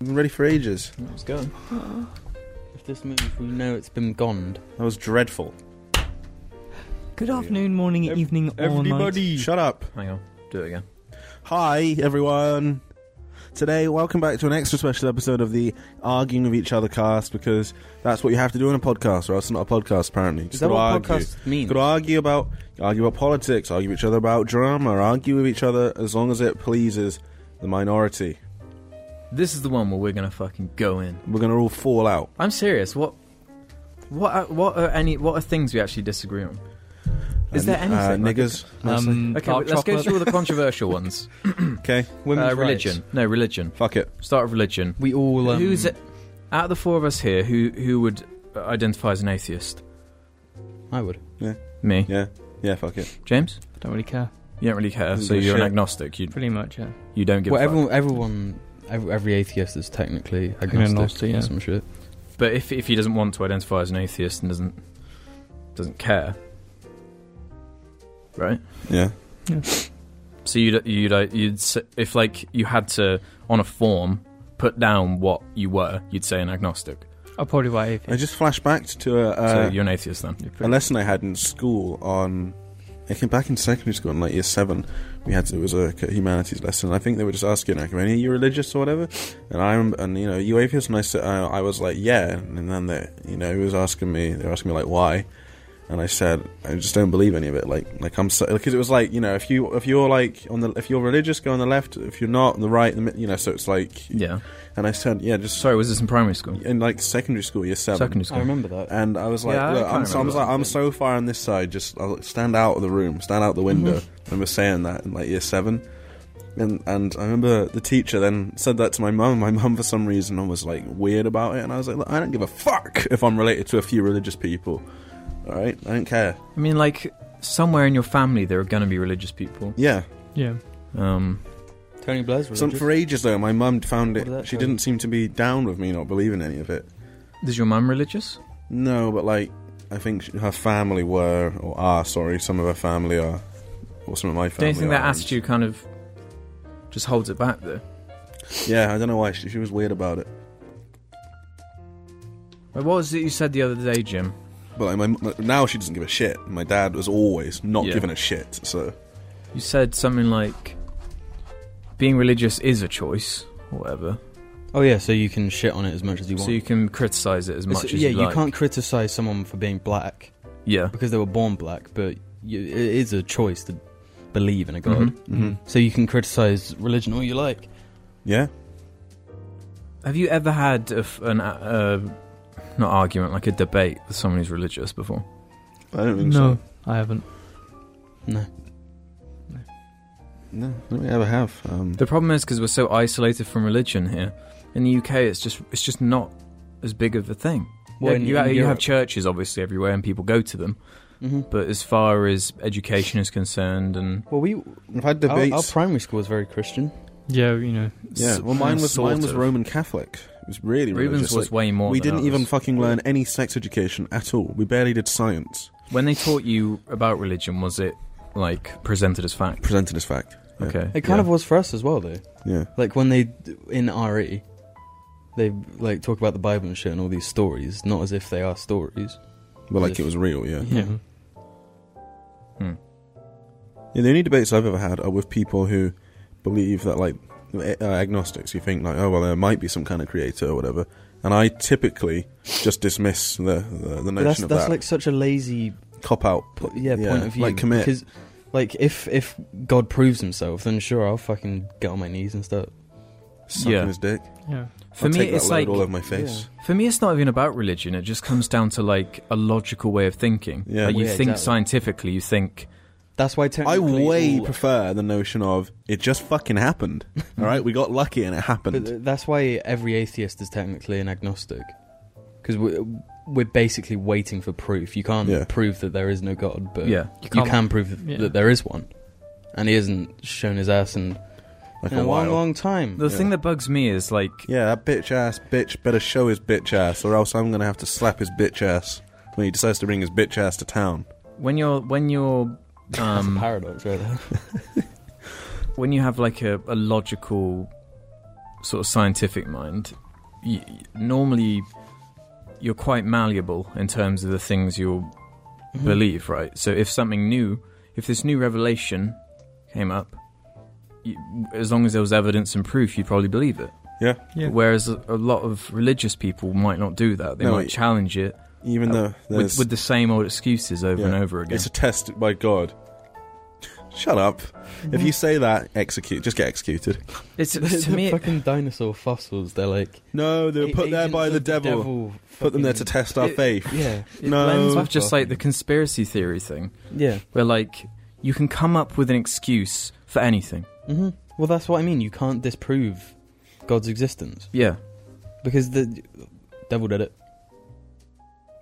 I've been ready for ages. That was going. If this move, we know it's been gone. That was dreadful. Good afternoon, morning, Ev- evening, or night. Shut up. Hang on. Do it again. Hi, everyone. Today, welcome back to an extra special episode of the Arguing with Each Other cast because that's what you have to do in a podcast, or else it's not a podcast, apparently. Is that gotta what argue. podcasts mean? Gotta argue about, argue about politics, argue with each other about drama, argue with each other as long as it pleases the minority. This is the one where we're gonna fucking go in. We're gonna all fall out. I'm serious. What? What? Are, what are any? What are things we actually disagree on? Is there And, uh, anything? Like- niggers? mostly? Um, okay, dark let's go chocolate. through all the controversial ones. okay. Uh, Women's religion. rights. No, religion. Fuck it. Start of religion. We all. Um, Who's it? Out of the four of us here, who who would identify as an atheist? I would. Me, Yeah. Yeah, fuck it. James. I don't really care. You don't really care, Doesn't so give a you're an shit. agnostic. You Pretty much, yeah. you don't give. Well, a fuck. everyone, everyone, every, every atheist is technically agnostic, Agnostic, yeah. or some shit. But if if he doesn't want to identify as an atheist and doesn't doesn't care, right? Yeah. So you'd you'd uh, you'd s- if like you had to on a form put down what you were, you'd say an agnostic. I'll probably buy atheist. I just flashed back to a. Uh, so you're an atheist then. a lesson I had in school on. I think back in secondary school in like year seven, we had it was a c- humanities lesson. I think they were just asking like, "Any you religious or whatever?" And I rem- and you know, you atheist, and I said I, I was like, "Yeah," and then they you know he was asking me they were asking me like why, and I said I just don't believe any of it. Like like I'm so because it was like you know if you if you're like on the if you're religious go on the left if you're not on the right in the mid- you know so it's like Yeah. and I said yeah just Sorry, was this in primary school? in like secondary school year seven Secondary school. remember that. and I was like, Yeah, I look, can't I'm, so, I was remember like, I'm so far on this side, just I'll stand out of the room, stand Mhm. out the window. I remember saying that in like year seven, and and I remember the teacher then said that to my mum. My mum for some reason was like weird about it, and I was like, look, I don't give a fuck if I'm related to a few religious people. All right, I don't care. I mean, like somewhere in your family there are going to be religious people. Yeah. Yeah. Um, Tony Blair's Some, for ages though, my mum found What did it. that She tell didn't seem to be down with me not believing any of it. is your mum religious? No, but like, I think she, her family were or are. Sorry, some of her family are, or some of my Don't family. you think that are, and- attitude kind of just holds it back though? Yeah, I don't know why she, she was weird about it. Like, what was it you said the other day, Jim? But like, my, my, now she doesn't give a shit. My dad was always not Yeah. giving a shit. So You said something like being religious is a choice, or whatever. Oh yeah, so you can shit on it as much as you want. So you can criticize it as much It's- as yeah, you you, like. can't criticize someone for being black Yeah. because they were born black, but you, it is a choice to believe in a god. Mhm. Mhm. So you can criticize religion all you like. yeah, Have you ever had a f an uh, not argument like a debate with someone who's religious before? I don't think so. No, I haven't. No, No, I don't think I ever have. Um, The problem is because we're so isolated from religion here in the UK. It's just it's just not as big of a thing. Well, Yeah, in- you, in ha- you have Europe- churches obviously everywhere, and people go to them. hmm But as far as education is concerned, and well, we I've had our, debates. our primary school was very Christian. Yeah, you know. yeah, s- well, mine was sort mine was of. Roman Catholic. It was really Rubens religious. was like, way more. we than didn't even ours. fucking learn any sex education at all. We barely did science. When they taught you about religion, was it like presented as fact? Presented as fact. Yeah. Okay. It kind yeah. of was for us as well, though. Yeah. Like when they in RE, they like talk about the Bible and shit and all these stories, not as if they are stories. Well, like If- it was real. Yeah. Yeah. Yeah, the only debates I've ever had are with people who believe that, like, uh, agnostics, who think, like, oh, well, there might be some kind of creator or whatever. And I typically just dismiss the, the, the But notion that's of that's that. like such a lazy Cop out. po- yeah, point of view. Like, commit. Because like if if God proves himself, then sure I'll fucking get on my knees and stuff. Sucking Yeah. his dick. Yeah. For I'll me, take that it's load like all over my face. for me, it's not even about religion. It just comes down to like a logical way of thinking. Yeah. Like, you Yeah, think exactly. scientifically. You think That's why I technically way all- Hmm. prefer the notion of it just fucking happened. all right, we got lucky and it But happened. th- that's why every atheist is technically an agnostic, because we're we're basically waiting for proof. You can't Yeah. prove that there is no God, but yeah. you, can't- can prove that, Yeah. that there is one, and he hasn't shown his ass in like in a a long, while. uh, long time. The Yeah. thing that bugs me is like Yeah, that bitch ass bitch better show his bitch ass, or else I'm gonna have to slap his bitch ass when he decides to bring his bitch ass to town. when you're when you're That's a um, paradox, right there. when you have like a, a logical sort of scientific mind, y normally you're quite malleable in terms of the things you'll Mhm. believe, right? So if something new, if this new revelation came up, you, as long as there was evidence and proof, you'd probably believe it. Yeah. Yeah. Whereas a, a lot of religious people might not do that. They No, might it- challenge it Even Uh, though with, there's with the same old excuses over Yeah. and over again. it's a test by God. Shut up. If you say that, execute. Just get executed. It's, It's to me, it, fucking dinosaur fossils. They're like No, they were put there agents by of the devil. Put them there to fucking- test our It- faith. Yeah, it No. blends with just like the conspiracy theory thing, yeah. where like you can come up with an excuse for anything. hmm Well, that's what I mean. You can't disprove God's existence Yeah. because the devil did it.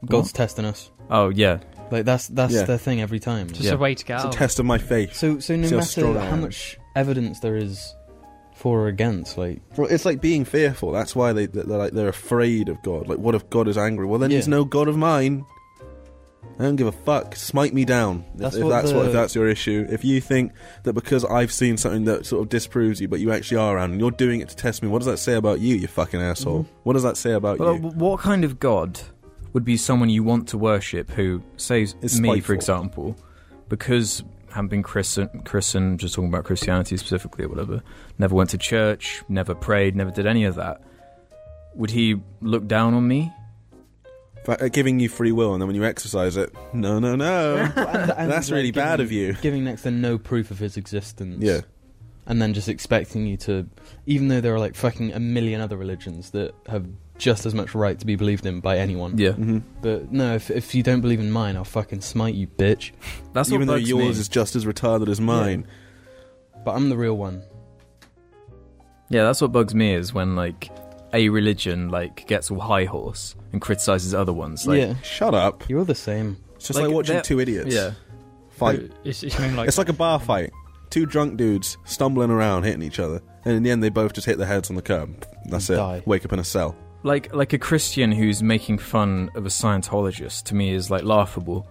God's testing us. Oh yeah. Like that's that's Yeah. their thing every time. Just Yeah. a way to get It's a out. test of my faith. So so no See how strong matter I how am. much evidence there is for or against, like Well, it's like being fearful. That's why they they're like they're afraid of God. Like, what if God is angry? Well, then Yeah. he's no God of mine. I don't give a fuck. Smite me down. If- That's if, what that's what if the- that's your issue. If you think that because I've seen something that sort of disproves you, but you actually are around and you're doing it to test me, what does that say about you? You fucking asshole. Mhm. What does that say about Well, you? w- what kind of god would be someone you want to worship who says Is me, spiteful. for example, because I haven't been christened, christened, just talking about Christianity specifically or whatever, never went to church, never prayed, never did any of that. Would he look down on me? Fa- uh, Giving you free will, and then when you exercise it, no, no, no. Um, That's really bad of you. Giving next to no proof of his existence. Yeah. And then just expecting you to, even though there are like fucking a million other religions that have just as much right to be believed in by anyone. Yeah, hmm But no, if, if you don't believe in mine, I'll fucking smite you, bitch. that's Even though what bugs me. yours is just as retarded as mine. But I'm the real one. Yeah, that's what bugs me is when like a religion like gets all high horse and criticizes other ones. Like, yeah. Shut up. You're the same. It's just Like, like, watching they're- two idiots yeah. fight. It's, it's something like it's like a bar fight. Two drunk dudes stumbling around, hitting each other, and in the end, they both just hit their heads on the curb. That's it. Die. Wake up in a cell. like like a Christian who's making fun of a Scientologist to me is like laughable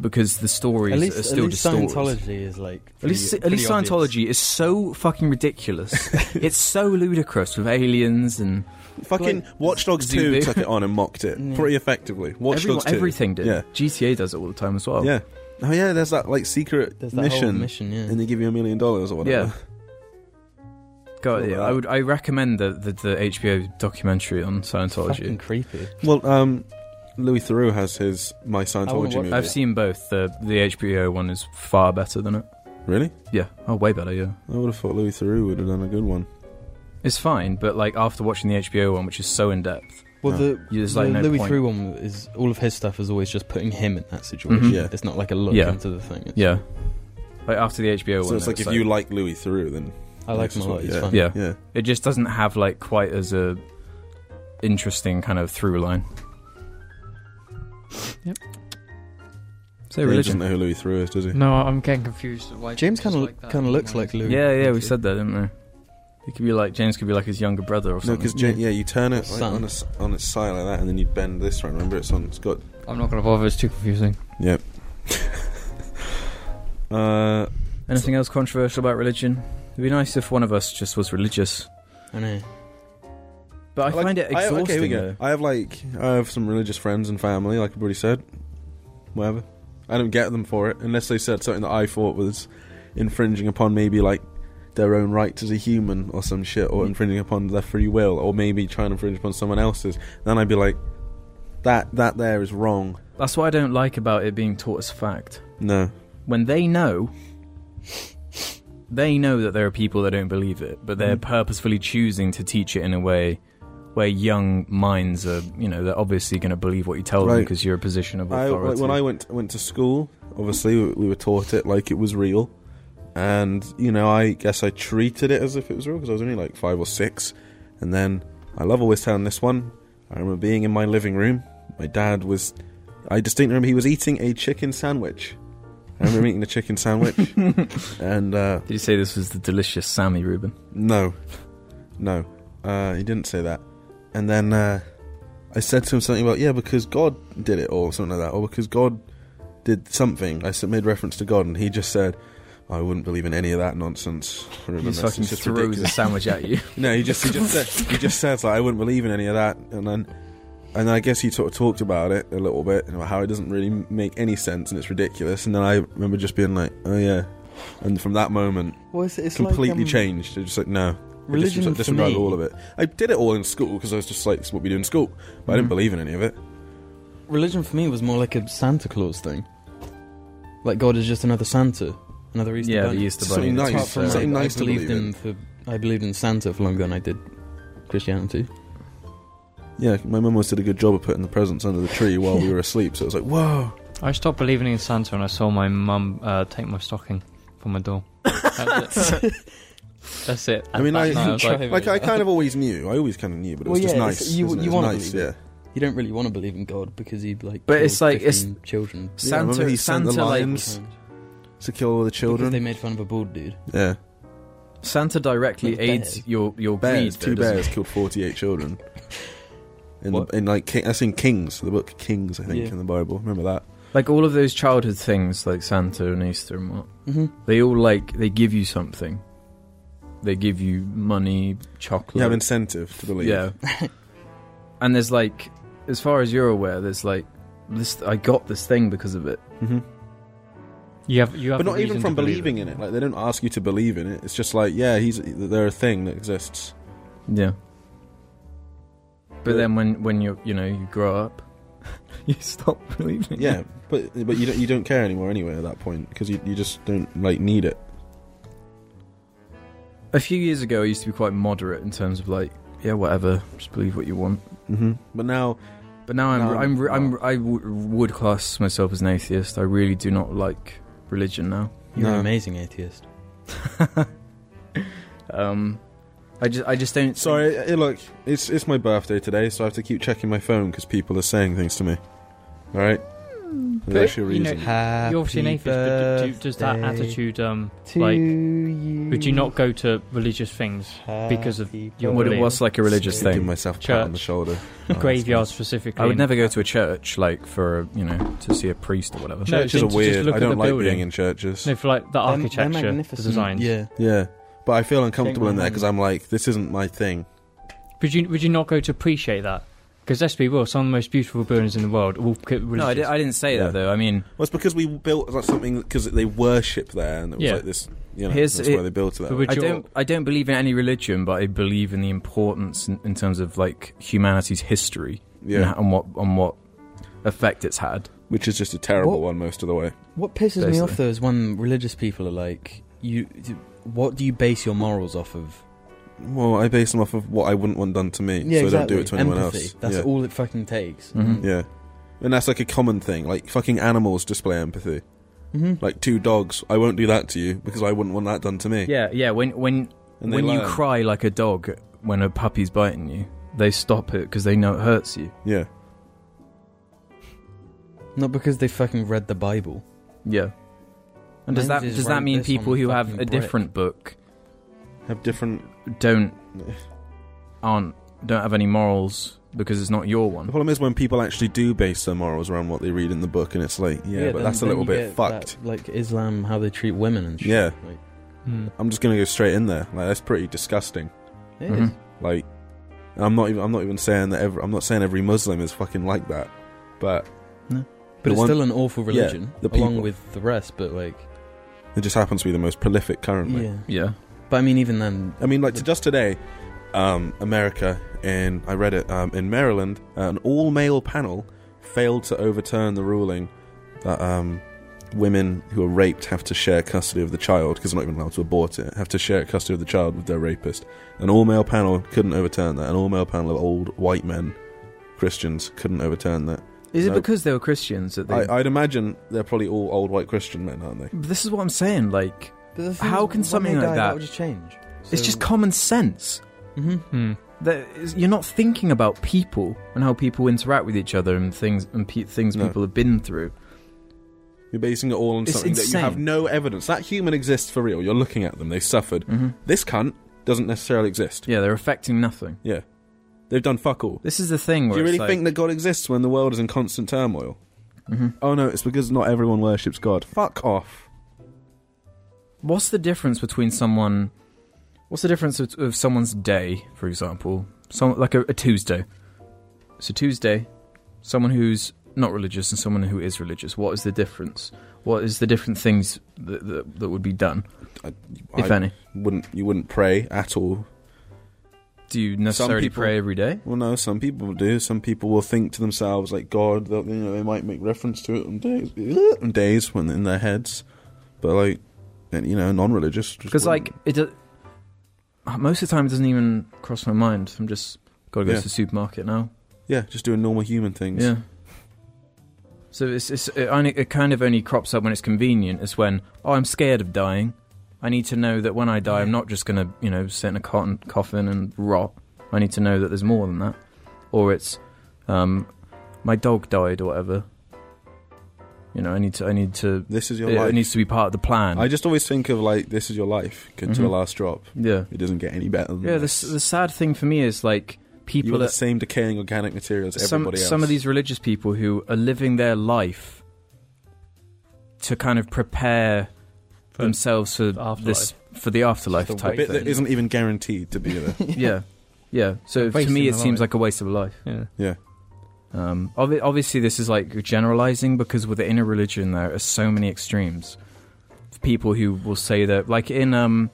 because the stories At least, are at still just least stories. Scientology is like. At least, pretty- at least pretty obvious. Scientology is so fucking ridiculous. it's so ludicrous with aliens and Fucking Like, Watch Dogs Zoo 2 Boo. took it on and mocked it Yeah. pretty effectively. Watch everyone- Dogs 2. everything. Did Yeah. GTA does it all the time as well? Yeah. Oh, yeah, there's that like secret There's that whole mission, mission, yeah. and they give you a million dollars or whatever. Yeah. God, It's all yeah, about I would. I recommend the, the the HBO documentary on fucking Scientology. creepy. Well, um, Louis Theroux has his My Scientology watch movie. I've seen both. the The HBO one is far better than it. Really? Yeah. Oh, way better. Yeah. I would have thought Louis Theroux would have done a good one. It's fine, but like after watching the HBO one, which is so in depth, Well, No. the, There's, the like, no Louis point. Theroux one is all of his stuff is always just putting him in that situation. Mhm. Yeah. It's not like a look Yeah. into the thing. It's- yeah. Like after the HBO So one, it's like if you like Louis Theroux, then I like this him is a lot. what- He's yeah. fun. yeah, yeah. it just doesn't have like quite as a interesting kind of through line. Yep. So He doesn't religion. know who Louis Theroux is, does he? No, I'm getting confused. Why James just kind of like that. kind of looks like Louis. Yeah, yeah, we Theroux. said that, didn't we? It could be like James could be like his younger brother or No, something. because yeah. you turn it like, Sun. on its on its side like that, and then you bend this round. Remember, it's on. It's got. I'm not gonna bother. It's too confusing. Yep. uh, Anything else controversial about religion? It'd be nice if one of us just was religious. I know. But I like- find it I- exhausting. okay, here we go. though. I have like I have some religious friends and family, like I've already said. Whatever. I don't get them for it unless they said something that I thought was infringing upon maybe like their own rights as a human or some shit, Mm. or infringing upon their free will, or maybe trying to infringe upon someone else's. Then I'd be like, that that there is wrong. That's what I don't like about it being taught as fact. No. when they know they know that there are people that don't believe it but they're Mm. purposefully choosing to teach it in a way where young minds are you know they're obviously going to believe what you tell them Right. because you're a position of I, like, authority when I went went to school, obviously we, we were taught it like it was real, and you know I guess I treated it as if it was real because I was only like five or six, and then I love always telling this one. I remember being in my living room. My dad was. I distinctly remember he was eating a chicken sandwich. I remember eating a chicken sandwich, and uh, did you say this was the delicious sammy rubin no, no, uh, he didn't say that. And then uh, I said to him something about yeah, because God did it or something like that, or because God did something. I s- made reference to God, and he just said, I wouldn't believe in any of that nonsense. He Remember, just it's fucking just throws a ridiculous. sandwich at you. No, he just he just said, he just says like I wouldn't believe in any of that, and then and I guess he sort of talked about it a little bit and about how it doesn't really make any sense and it's ridiculous. And then I remember just being like, oh yeah, and from that moment, Well, it's, it's completely like, um, changed. It's just like no. I just- Religion sort for of disregarded me- all of it. I did it all in school because I was just like, "This is what we do in school," but I didn't Mhm. believe in any of it. Religion for me was more like a Santa Claus thing. Like God is just another Santa, another Easter yeah, uh, the bunny. Easter Something bunny. nice, Apart from something like, nice I to believed believe in for I believed in Santa for longer than I did Christianity. Yeah, my mum always did a good job of putting the presents under the tree while we were asleep. So it was like, "Whoa!" I stopped believing in Santa when I saw my mum uh, take my stocking from my door. That's it. That's it. I mean, That I- night was like, Like I kind of always knew. I always kind of knew, but it was Well, just yeah, nice. it's- you- isn't it? you It's wanna nice, believe yeah. it. You don't really want to believe in God because he like. But it's killed like- it's- 15 children. Yeah, remember Santa, he sent Santa, the like, lions? Because To kill all the children. they made fun of a bald dude. yeah, Santa directly Like aids bears. your your bears. greed, two though, doesn't bears killed forty-eight children. In, the, What? in like King, that's in Kings, the book Kings, I think, Yeah. in the Bible. Remember that? it? Like all of those childhood things, like Santa and Easter and what, hmm they all like they give you something. They give you money, chocolate. You have incentive to believe. Yeah. and there's like, as far as you're aware, there's like, this I got this thing because of it. hmm you have, you have but a not even reason from to believe believing in it. Like they don't ask you to believe in it. It's just like, yeah, he's they're a thing that exists. Yeah. But- But then when when you you know you grow up, you stop believing. Yeah, but but you don't you don't care anymore anyway at that point because you, you just don't like need it. A few years ago, I used to be quite moderate in terms of like, yeah, whatever, just believe what you want. hmm Mm-hmm. But now, But now I'm No, I'm, no. I'm, I w- would class myself as an atheist. I really do not like religion now. You're No. an amazing atheist. um, I just I just don't. sorry, eh, look, it's it's my birthday today, so I have to keep checking my phone because people are saying things to me. All right, Mm. But, there's actually a you know, reason. Happy You're obviously an atheist, but do, do, does that birthday attitude, um, to like, you. would you not go to religious things? because of Happy your What belief? it was like a religious Give thing. myself a pat Church. on the shoulder. Graveyard specifically. I would and- never go to a church like for you know to see a priest or whatever. No, Churches are then to just weird. look I at don't the like building. being in churches. No, for like the They're- they're architecture, the magnificent. designs. Yeah. Yeah, but I feel uncomfortable in my there because I'm like, this isn't my thing. Would you would you not go to appreciate that? Because let's be real, some of the most beautiful buildings in the world are all c- religious. No, I, di- I didn't say Yeah. that though. I mean, Well, it's because we built like, something because they worship there, and it was Yeah. like this. You know, Here's- that's why they built it. That But way. would I you- don't. I don't believe in any religion, but I believe in the importance in, in terms of like humanity's history and, Yeah, ho- and what on what effect it's had. which is just a terrible What- one most of the way. What pisses me off Basically. though is when religious people are like, "You, what do you base your morals off of?" Well, I base them off of what I wouldn't want done to me, so I don't do it to anyone Empathy. else. That's yeah. all it fucking takes. Mm-hmm. Mm-hmm. Mhm. Yeah, and that's like a common thing. Like fucking animals display empathy. hmm Like two dogs, I won't do that to you because I wouldn't want that done to me. Yeah, yeah. When when And they when you learn. cry like a dog when a puppy's biting you, they stop it because they know it hurts you. Yeah, Not because they fucking read the Bible. Yeah. And does Mine's that is does write that mean this on people who have a fucking brick. different book have different. don't aren't don't have any morals because it's not your The one? problem is when people actually do base their morals around what they read in the book, and it's like, yeah, but then- that's a then little you bit get fucked. that, like Islam, how they treat women and shit. Yeah. like, Hmm. I'm just gonna go straight in there. Like that's pretty disgusting. it Mm-hmm. Mhm. is. Like, and I'm not even. I'm not even saying that. Every, I'm not saying every Muslim is fucking like that. But But The it's one- still an awful yeah, religion, the people. along with the rest. But like, it just happens to be the most prolific currently. yeah. Yeah. But I mean, even then, I mean, like to just today, um, America in I read it um, in Maryland, an all male panel failed to overturn the ruling that um, women who are raped have to share custody of the child because they're not even allowed to abort it. Have to share custody of the child with their rapist. An all male panel couldn't overturn that. An all male panel of old white men, Christians, couldn't overturn that. Is No. it because they were Christians that they? I, I'd imagine they're probably all old white Christian men, aren't they? this is what I'm saying. Like, but the thing How is, can when something they like die, that- That would just change. it's just common sense. hmm Hmm. That is- you're not thinking about people and how people interact with each other and things and pe- things No. people have been through. You're basing it all on It's something that you insane. have no evidence. That human exists for real. You're looking at them. They suffered. Mm-hmm. This cunt doesn't necessarily exist. Yeah, they're affecting nothing. They've done fuck all. This is the thing. Do Where you really it's think that God exists when the world is in constant turmoil? That- hmm Oh no, it's because not everyone worships God. Fuck off. what's the difference between someone? What's the difference of, of someone's day, for example, some like a, a Tuesday? So Tuesday, someone who's not religious and someone who is religious. What is the difference? What is the different things that that, that would be done, I if any? wouldn't you wouldn't pray at all. Do you necessarily people- pray every day? Well, no, some people do. Some people will think to themselves like God. They'll, you know, they might make reference to it on days, on days when in their heads, but like, and, you know, non-religious. just Because wouldn't. like it, do- most of the time it doesn't even cross my mind. I'm just gotta go Yeah. to the supermarket now. yeah, just doing normal human things. Yeah. So it's, it's it only it kind of only crops up when it's convenient. It's when oh I'm scared of dying. I need to know that when I die, I'm not just gonna you know sit in a cotton coffin and rot. I need to know that there's more than that. Or it's um, my dog died or whatever. You know I need to I need to This is your it, it life. needs to be part of the plan. I just always think of like this is your life good to Mhm. the last drop. yeah. It doesn't get any better. Than Yeah, the, this. s- the sad thing for me is like You're people Mm. the that same decaying organic material as some everybody else. some of these religious people who are living their life to kind of prepare For themselves for the afterlife. this for the afterlife Just a type bit thing. that isn't even guaranteed to be there. yeah, yeah. So to Wasting me, it the seems life. like a waste of a life. Yeah. Um, obvi- obviously, this is like generalizing because within a religion there are so many extremes. People who will say that, like in um,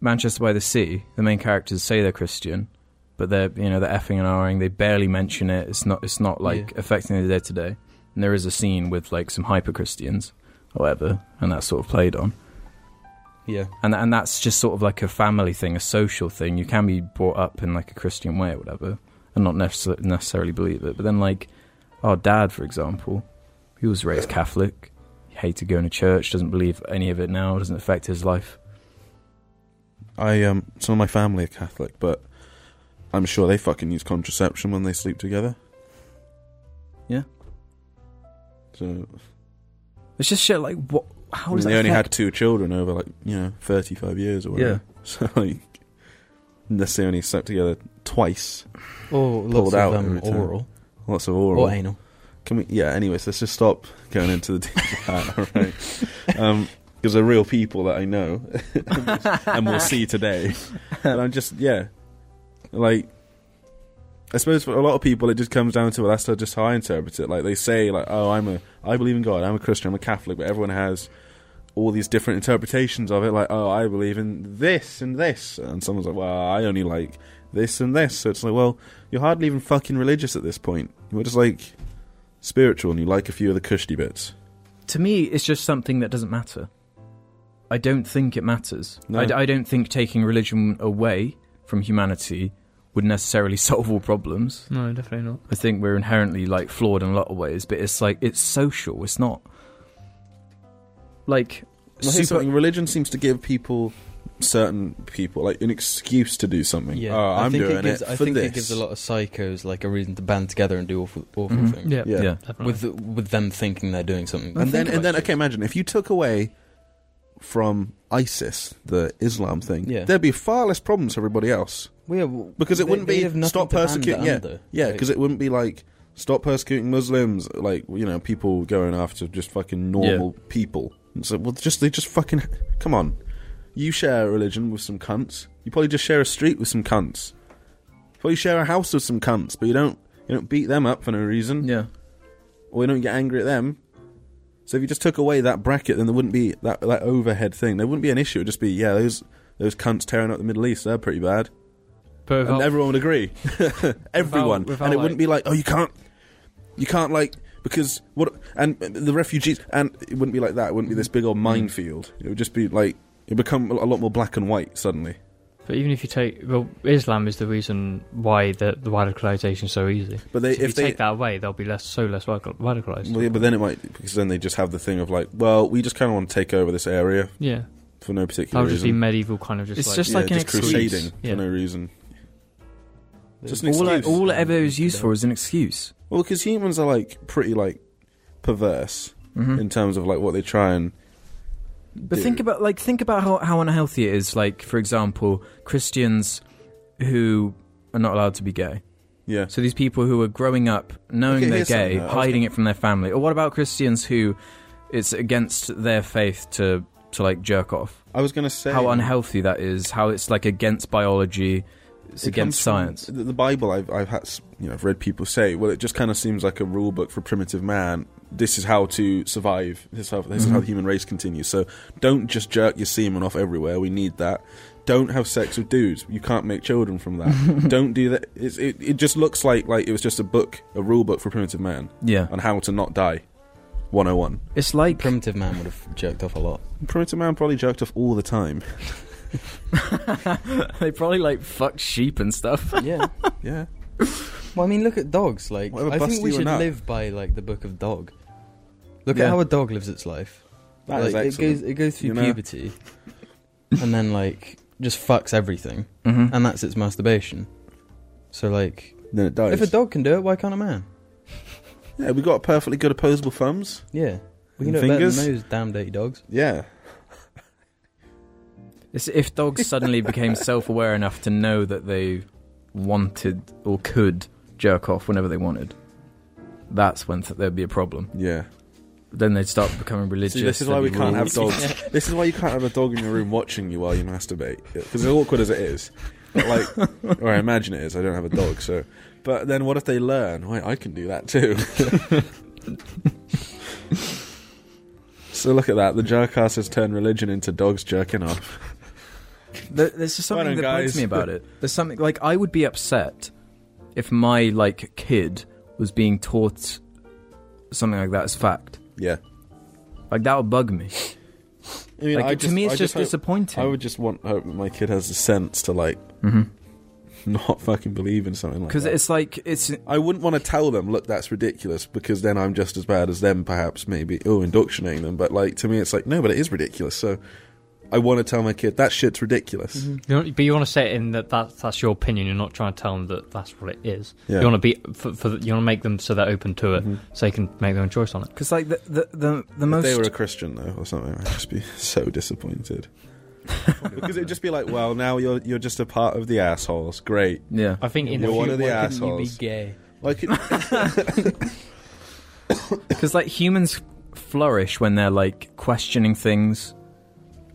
Manchester by the Sea, the main characters say they're Christian, but they're you know they're effing and ahhing. They barely mention it. It's not it's not like affecting the day to day. And there is a scene with like some hyper Christians, however, and that's sort of played on. Yeah. And and that's just sort of like a family thing, a social thing. You can be brought up in like a Christian way or whatever, and not necess- necessarily believe it. But then like our dad, for example, he was raised Catholic, he hated going to church, doesn't believe any of it now, doesn't affect his life. I um, some of my family are Catholic, but I'm sure they fucking use contraception when they sleep together. Yeah. So It's just shit. Like what? How I mean, does they that only had affect? two children over like you know 35 years or whatever. So like, unless they only slept together twice, Or Pulled lots out of um, every time. oral. lots of oral. Or anal. Can we? Yeah. Anyways, let's just stop going into the deep part, all right? Um, because they're real people that I know, and we'll see today. And I'm just yeah, like I suppose for a lot of people it just comes down to well that's just how I interpret it. Like they say like oh I'm a I believe in God I'm a Christian I'm a Catholic, but everyone has all these different interpretations of it. Like oh I believe in this and this, and someone's like well I only like this and this. So it's like well you're hardly even fucking religious at this point. You're just like spiritual and you like a few of the cushy bits. to me, it's just something that doesn't matter. I don't think it matters. No. I, d- I don't think taking religion away from humanity would necessarily solve all problems. No, definitely not. I think we're inherently like flawed in a lot of ways, but it's like it's social. It's not like Well, here's super. something. Religion seems to give people, certain people, like an excuse to do something. Yeah. oh, I I'm think doing it gives, I for think this. it gives a lot of psychos like a reason to band together and do awful, awful Mhm. things. Yeah. Yeah. Yeah. Definitely. With with them thinking they're doing something. And then, Think and about then, it. okay, imagine if you took away from ISIS the Islam thing, Yeah. there'd be far less problems for everybody else Well, yeah, well, because it they- wouldn't they'd have be nothing stop to band persecuting. it Yeah, under. yeah, Like, because it wouldn't be like stop persecuting Muslims, like you know, people going after just fucking normal people. And so, well, just they just fucking come on. You share a religion with some cunts. You probably just share a street with some cunts. You probably share a house with some cunts, but you don't you don't beat them up for no reason, yeah, or you don't get angry at them. So if you just took away that bracket, then there wouldn't be that that overhead thing. There wouldn't be an issue. It'd just be yeah, those those cunts tearing up the Middle East. They're pretty bad But and without- everyone would agree. everyone, without, and it like- wouldn't be like, oh, you can't, you can't like because what and the refugees, and it wouldn't be like that. It wouldn't be this big Mm. old minefield. It would just be like it become a lot more black and white suddenly. But even if you take well, Islam is the reason why the, the radicalisation is so easy. But they, So if, if you they, take that away, they'll be less so less radical- radicalised. well, yeah, but then it might because then they just have the thing of like, well, we just kind of want to take over this area yeah, for no particular that'll just be reason. medieval kind of just. It's like, just yeah, like an just excuse. crusading Yeah. for no reason. Just an all, I, excuse. all it ever is used for is an excuse. Well, because humans are like pretty like perverse Mm. Mhm. in terms of like what they try and. But think about like think about how, how unhealthy it is. Like for example, Christians who are not allowed to be gay. yeah. So these people who are growing up knowing Okay, they're here's gay, something that I was hiding it from their family. Or what about Christians who it's against their faith to to like jerk off. I was going to say How unhealthy that is. How it's like against biology. It's It against comes science. from- The, the Bible, I've, I've had, s- you know, I've read people say, well, it just kind of seems like a rule book for primitive man. This is how to survive. This is how, this is Mm-hmm. how the human race continues. So don't just jerk your semen off everywhere. We need that. Don't have sex with dudes. You can't make children from that. don't do that. It's, it, it just looks like like it was just a book, a rule book for primitive man yeah, on how to not die. 101. it's like Primitive man would have jerked off a lot. Primitive man probably jerked off all the time. they probably like fuck sheep and stuff. yeah. Yeah. Well, I mean, look at dogs. Like, Whatever I busted think we you or should not. live by like the book of dog. Look Yeah. at how a dog lives its life. That is like, it excellent. goes it goes through You know? puberty, and then like just fucks everything, Mm-hmm. and that's its masturbation. So like, then it dies. if a dog can do it, why can't a man? yeah, we got perfectly good opposable thumbs. Yeah, we can And do it better fingers? than those damn dirty dogs. Yeah. It's if dogs suddenly became self-aware enough to know that they wanted or could jerk off whenever they wanted, that's when th- there'd be a problem. Yeah. Then they'd start becoming religious. See, this is why there'd we be can't have rules. dogs. This is why you can't have a dog in your room watching you while you masturbate. Because as awkward as it is, but like, or I imagine it is. I don't have a dog, so. But then, what if they learn? Wait, I can do that too. so look at that. The jerkass has turned religion into dogs jerking off. There- There's just Well done, something that guys. bugs me about it. There's something like I would be upset if my like kid was being taught something like that as fact. Yeah. Like that would bug me. I mean, Like, I to me, it's I just, hope- disappointing. I would just want hope that my kid has the sense to like Mhm. not fucking believe in something like because that. it's like it's I wouldn't want to tell them, look, that's ridiculous, because then I'm just as bad as them, perhaps, maybe, or indoctrinating them. But, like, to me, it's like, no, but it is ridiculous. So I want to tell my kid, that shit's ridiculous. You don't- but you want to say it in that, that that's your opinion. You're not trying to tell them that that's what it is. Yeah. Mm-hmm. You want to be for, for you want to make them so they're open to it, so they can make their own choice on it. because like the the the, the If most they were a Christian, though, or something, I'd just be so disappointed. because it'd just be like, well, now you're you're just a part of the assholes. Great. yeah. I think in You're the one future, of the assholes. gay. Like, it, Because like humans flourish when they're like questioning things,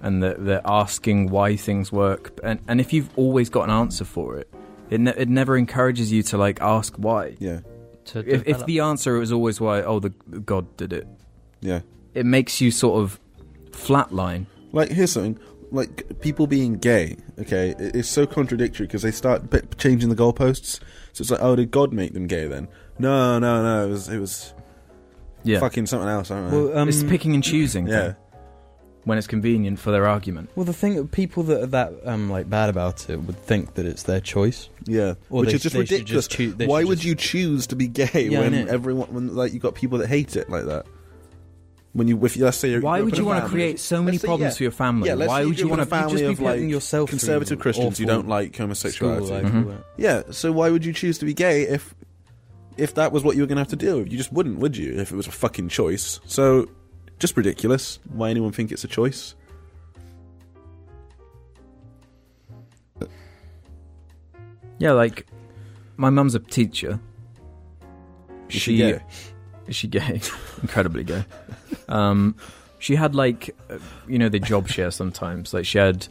and they're, they're asking why things work. And and if you've always got an answer for it, it ne- it never encourages you to like ask why. yeah, to If, if develop. the answer is always why, oh, the God did it, yeah. it makes you sort of flatline. Like, here's something. Like, people being gay, okay, i- it's so contradictory because they start b- changing the goalposts. So it's like, oh, did God make them gay then? No, no, no. It was, it was Yeah, fucking something else. I don't know. Well, um, it's picking and choosing. thing, yeah. when it's convenient for their argument. well, the thing people that are that um like bad about it would think that it's their choose. Yeah, Or which they- is just they should ridiculous. just choo- they Why should would just- you choose to be gay Yeah, I when know. everyone, when like you got people that hate it like that? When you, if you, let's say you're, Why grew up would in you a want to family- create so many let's say, problems yeah. for your family? Yeah, let's why say you would you grew up want in to a just be family of, like, Putting yourself through Conservative Christians who awful don't like homosexuality. school life. Mhm. all that. Yeah, so why would you choose to be gay if, if that was what you were going to have to deal with? You just wouldn't, would you? If it was a fucking choice, so just ridiculous. Why anyone think it's a choice? Yeah, like my mum's a teacher. Is She gay? is she gay? Incredibly gay. Um, she had like uh, you know they job share sometimes. Like she had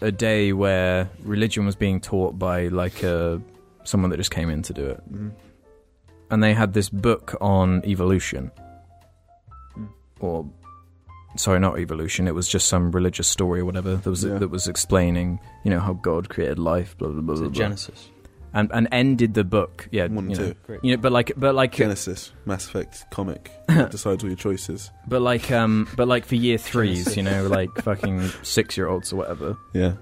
a day where religion was being taught by like a someone that just came in to do it, Mhm. and they had this book on evolution, Mm. or sorry, not evolution. It was just some religious story or whatever that was Yeah. that was explaining you know how God created life, blah blah blah, Is blah, it blah Genesis? and and ended the book. Yeah, One and you know. two. Great. You know, but like, but like, Genesis, Mass Effect, comic that decides all your choices. but like, um, but like for year threes, you know, like fucking six year olds or whatever. Yeah,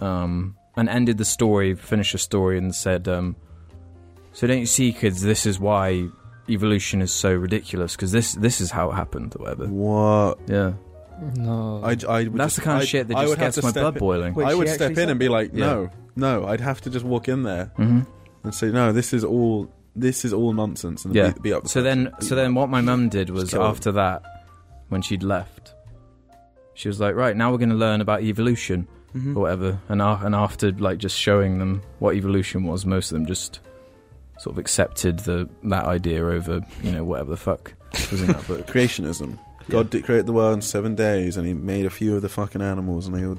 Um, and ended the story, finished the story, and said, um, "So don't you see, kids? This is why evolution is so ridiculous because this this is how it happened or whatever." what? Yeah, no, I, I would that's just- the kind of I- shit that I just would have gets to my step blood in- boiling. Wait, I she would step actually in said and be like, Yeah. no, no, I'd have to just walk in there hmm and say, no, this is all, this is all nonsense, and Yeah. be, be up. So then, so then, what my mum did was kill them. after that, when she'd left, she was like, "Right now, we're going to learn about evolution." Mhm. or whatever. And, a and after like just showing them what evolution was, most of them just sort of accepted the that idea over you know whatever the fuck was in that book. creationism. God did create the world in seven days, and he made a few of the fucking animals, and they all,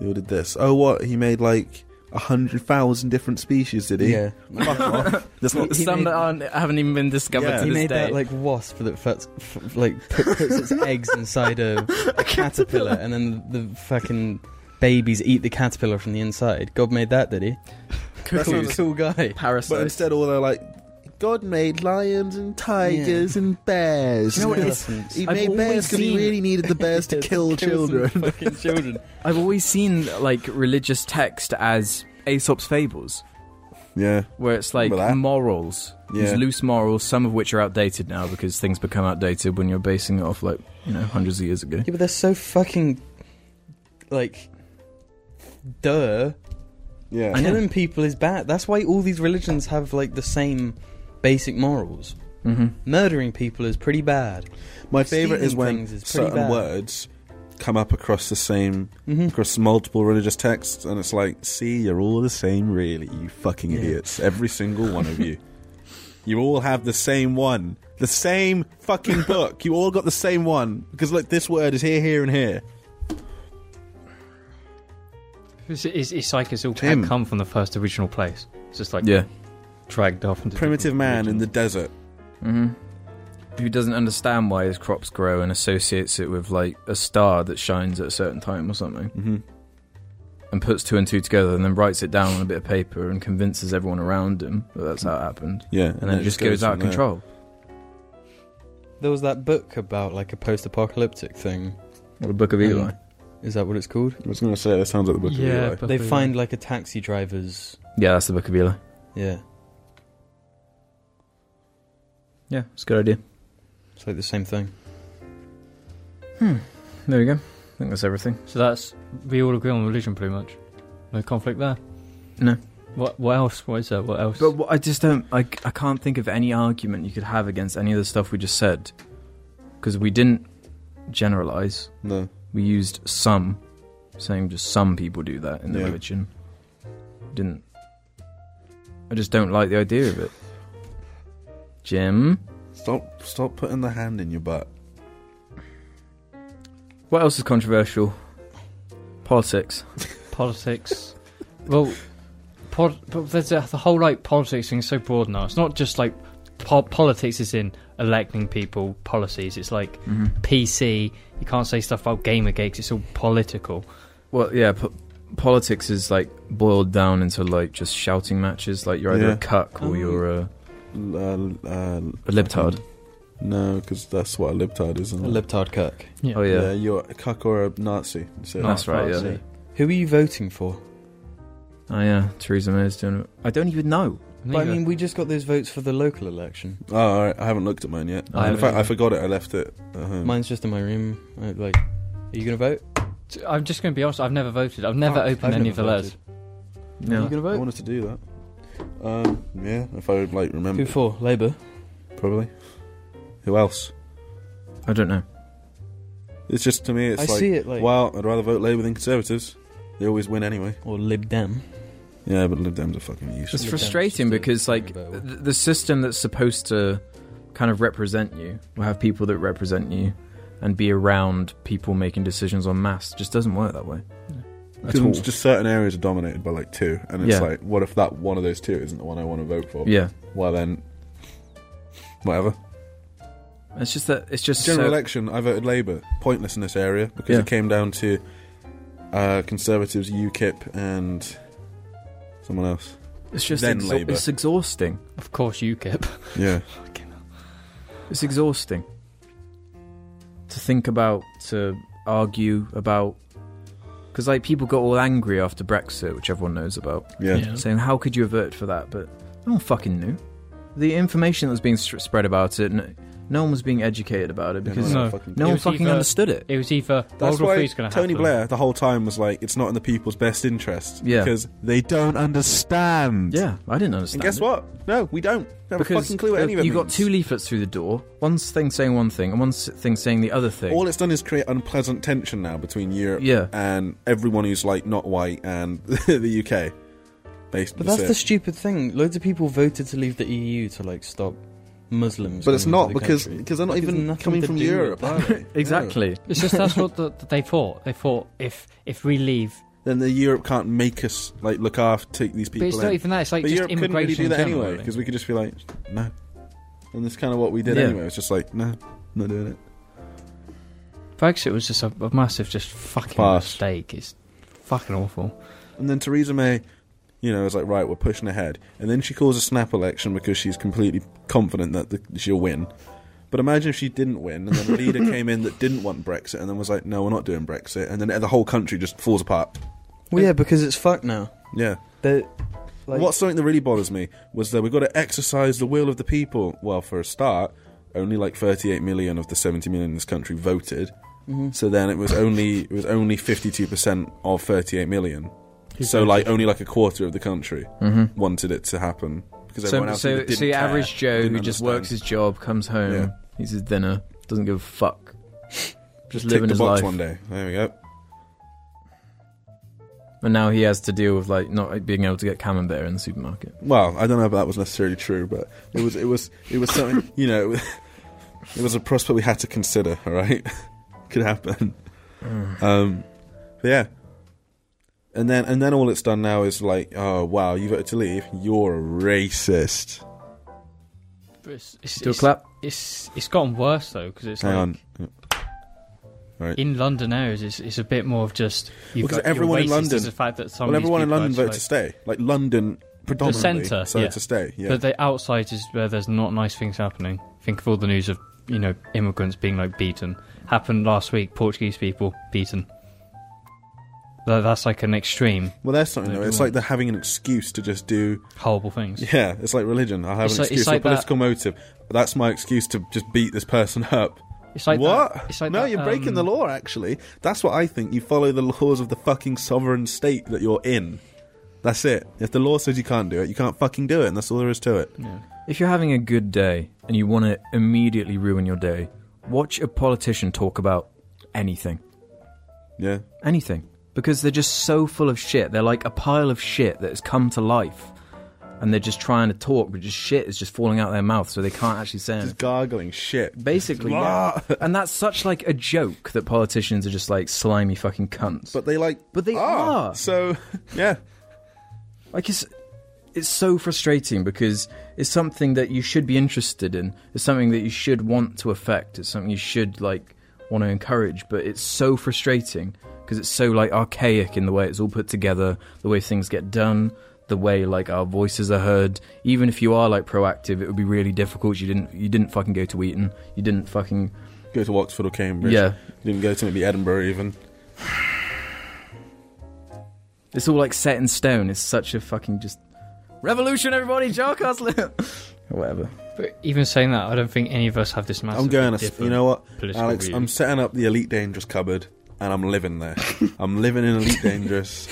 they all did this. Oh, what? He made like a hundred thousand different species, did he? Yeah. Fuck off. That's not. He Some made- that aren't, haven't even been discovered Yeah. to he this made day. that like wasp that fats, f- like put, puts its eggs inside a, a caterpillar, and then the fucking babies eat the caterpillar from the inside. God made that, did he? That Cool, sounds- cool guy. But parasites. instead, all they're like, God made lions and tigers and bears. You know what it is? He I've made bears always because he seen- really needed the bears to Yes, kill some children. fucking children. I've always seen like religious text as Aesop's fables. Yeah. where it's like Remember that? morals, these Yeah. loose morals, some of which are outdated now because things become outdated when you're basing it off like you know hundreds of years ago. Yeah, but they're so fucking like duh. Yeah. I know. Killing people is bad. That's why all these religions have like the same basic morals. Mm-hmm. Murdering people is pretty bad. My favorite is Stealing when things is pretty certain bad. words come up across the same, Mhm. across multiple religious texts, and it's like, see, you're all the same, really, you fucking Yeah. idiots. Every single one of you. You all have the same one. The same fucking book. You all got the same one. Because, look, this word is here, here, and here. It's, it's, it's like it's all Tim. come from the first original place. It's just like Yeah, dragged off. Into Primitive different man in the religions. desert. hmm who doesn't understand why his crops grow and associates it with like a star that shines at a certain time or something, Mm-hmm. and puts two and two together and then writes it down on a bit of paper and convinces everyone around him that that's how it happened, Yeah. and then it just goes, out of from there. control. There was that book about like a post-apocalyptic thing. What a book of Eli. Um, Is that what it's called? I was going to say, that sounds like the book of yeah, Eli. but they find like a taxi driver's Yeah, that's the book of Eli. yeah. Yeah, it's a good idea. It's like the same thing. There we go. I think that's everything. So that's we all agree on religion pretty much. No conflict there. No. What what else? What is that? What else? But what- I just don't. I, I can't think of any argument you could have against any of the stuff we just said. Because we didn't generalize. No. We used some, saying just some people do that in the Yeah. religion. Didn't. I just don't like the idea of it. Jim? Stop, stop putting the hand in your butt. What else is controversial? Politics. politics. well, pod, but there's a, the whole like politics thing is so broad now. It's not just like po- politics is in electing people policies. It's like Mm-hmm. PC. You can't say stuff about Gamergate. 'cause It's all political. Well, yeah, po- politics is like boiled down into like just shouting matches. Like you're either Yeah. a cuck or Oh. you're a, L- uh, uh, a libtard. no, because that's what a libtard is. A Isn't it? libtard cuck. Oh, yeah. you're a cuck or a Nazi. So Nazi. That's right, yeah. Nazi. Who are you voting for? Oh yeah, Theresa May's doing it. I don't even know. But I mean, we just got those votes for the local election. Oh, all right. I haven't looked at mine yet. I In fact, haven't I forgot it. I left it at home. Mine's just in my room. I, like, are you gonna vote? I'm just going to be honest. I've never voted. I've never Fuck, opened I've any never of the letters. Are you Yeah. gonna I vote? wanted to do that. Um, yeah, if I would like remember, Who for? Labour. probably. Who else? I don't know. It's just to me, it's I like, see it like well, I'd rather vote Labour than Conservatives. They always win anyway. or Lib Dem. Yeah, but Lib Dems are fucking useless. It's Lib Dems frustrating just do because like very th- well. the system that's supposed to kind of represent you or have people that represent you and be around people making decisions on mass just doesn't work that way. At all. Because just certain areas are dominated by like two, and it's Yeah. like, what if that one of those two isn't the one I want to vote for? Yeah. Well then, whatever. It's just that it's just General so- election, I voted Labour. Pointless in this area because Yeah. it came down to uh, Conservatives, UKIP, and someone else. it's just then exha- Labour. it's exhausting. Of course, UKIP. Yeah. It's exhausting to think about, to argue about, because like people got all angry after Brexit, which everyone knows about. Yeah. saying how could you have voted for that but no one fucking knew the information that was being str spread about it no, no one was being educated about it because no. no, fucking- It one was fucking either- understood it It was either That's World War why Three's going to happen. Tony Blair the whole time was like, it's not in the people's best interest. Yeah. Because they don't understand. yeah i didn't understand And guess it. what? No, we don't. We have a because fucking clue what uh, any of it you got means. two leaflets through the door one thing saying one thing and one s- thing saying the other thing All it's done is create unpleasant tension now between Europe yeah and everyone who's like not white and the UK. Based But that's the stupid thing. Loads of people voted E to leave the EU to like stop Muslims. But it's coming not into the because country. because they're not It's even nothing coming to from do with Europe. Ireland. Exactly. It's just that's what the, they thought. They thought if if we leave, Then the Europe can't make us like look after take these but people. it's in. not even that. It's like but just Europe couldn't immigration really do in that general, anyway really. because we could just be like no, and that's kind of what we did Yeah. anyway. It's just like no, not doing it. Brexit was just a, a massive, just fucking Pass. mistake. It's fucking awful. And then Theresa May, you know, is like right, we're pushing ahead, and then she calls a snap election because she's completely confident that the, she'll win. But imagine if she didn't win, and then a leader came in that didn't want Brexit, and then was like, "No, we're not doing Brexit," and then the whole country just falls apart. Well, yeah, because it's fucked now. Yeah. They're, like, What's something that really bothers me was that we've got to exercise the will of the people. Well, for a start, only like 38 million of the 70 million in this country voted. Mhm. So then it was only it was only 52% of 38 million. So like only like a quarter of the country hmm wanted it to happen because everyone So, else so, didn't so your care, average Joe who didn't just understand. works his job, comes home, Yeah. eats his dinner, doesn't give a fuck, just Tick living the his box life. one day. There we go. And now he has to deal with like not being able to get camembert in the supermarket. Well, I don't know if that was necessarily true, but it was it was it was something you know it was, it was a prospect we had to consider. All right, could happen. Mm. Um, but yeah, and then and then all it's done now is like, oh wow, you voted to leave. You're a racist. But It's, it's, Do a it's- clap. It's it's gotten worse though because it's Hang like on. in London areas it's, it's a bit more of just you've Because got you're everyone in racist London- is the fact that some Well, of these everyone in people are London actually voted to stay. Like London, predominantly, centre, so yeah. to stay. Yeah, But the outside is where there's not nice things happening. Think of all the news of you know immigrants being like beaten. Happened last week. Portuguese people beaten. Tha- That's like an extreme well, that's something though. It's Everyone. like they're having an excuse to just do horrible things. Yeah, it's like religion. I have It's an like- excuse it's or like that- political motive. That's my excuse to just beat this person up. It's like what? That, it's like no, that, you're breaking um, the law. Actually, that's what I think. You follow the laws of the fucking sovereign state that you're in. That's it. If the law says you can't do it, you can't fucking do it, and that's all there is to it. Yeah. If you're having a good day and you want to immediately ruin your day, watch a politician talk about anything. Yeah. Anything. Because they're just so full of shit. They're like a pile of shit that has come to life. And they're just trying to talk, but just shit is just falling out their mouth, so they can't actually say anything. Just gargling shit. Basically, yeah. and that's such like a joke that politicians are just like slimy fucking cunts. But they like. But they ah, are. So yeah. like it's it's so frustrating because it's something that you should be interested in it's something that you should want to affect it's something you should like want to encourage but it's so frustrating because it's so like archaic in the way it's all put together the way things get done the way like our voices are heard even if you are like proactive it would be really difficult you didn't you didn't fucking go to Eton you didn't fucking Go to Oxford or Cambridge. yeah Didn't go to maybe Edinburgh even. it's all like set in stone it's such a fucking just revolution everybody Jar Castle whatever But even saying that, I don't think any of us have this massive. I'm going to. You know what? political Alex, view. I'm setting up the Elite Dangerous cupboard, and I'm living there. I'm living in Elite Dangerous.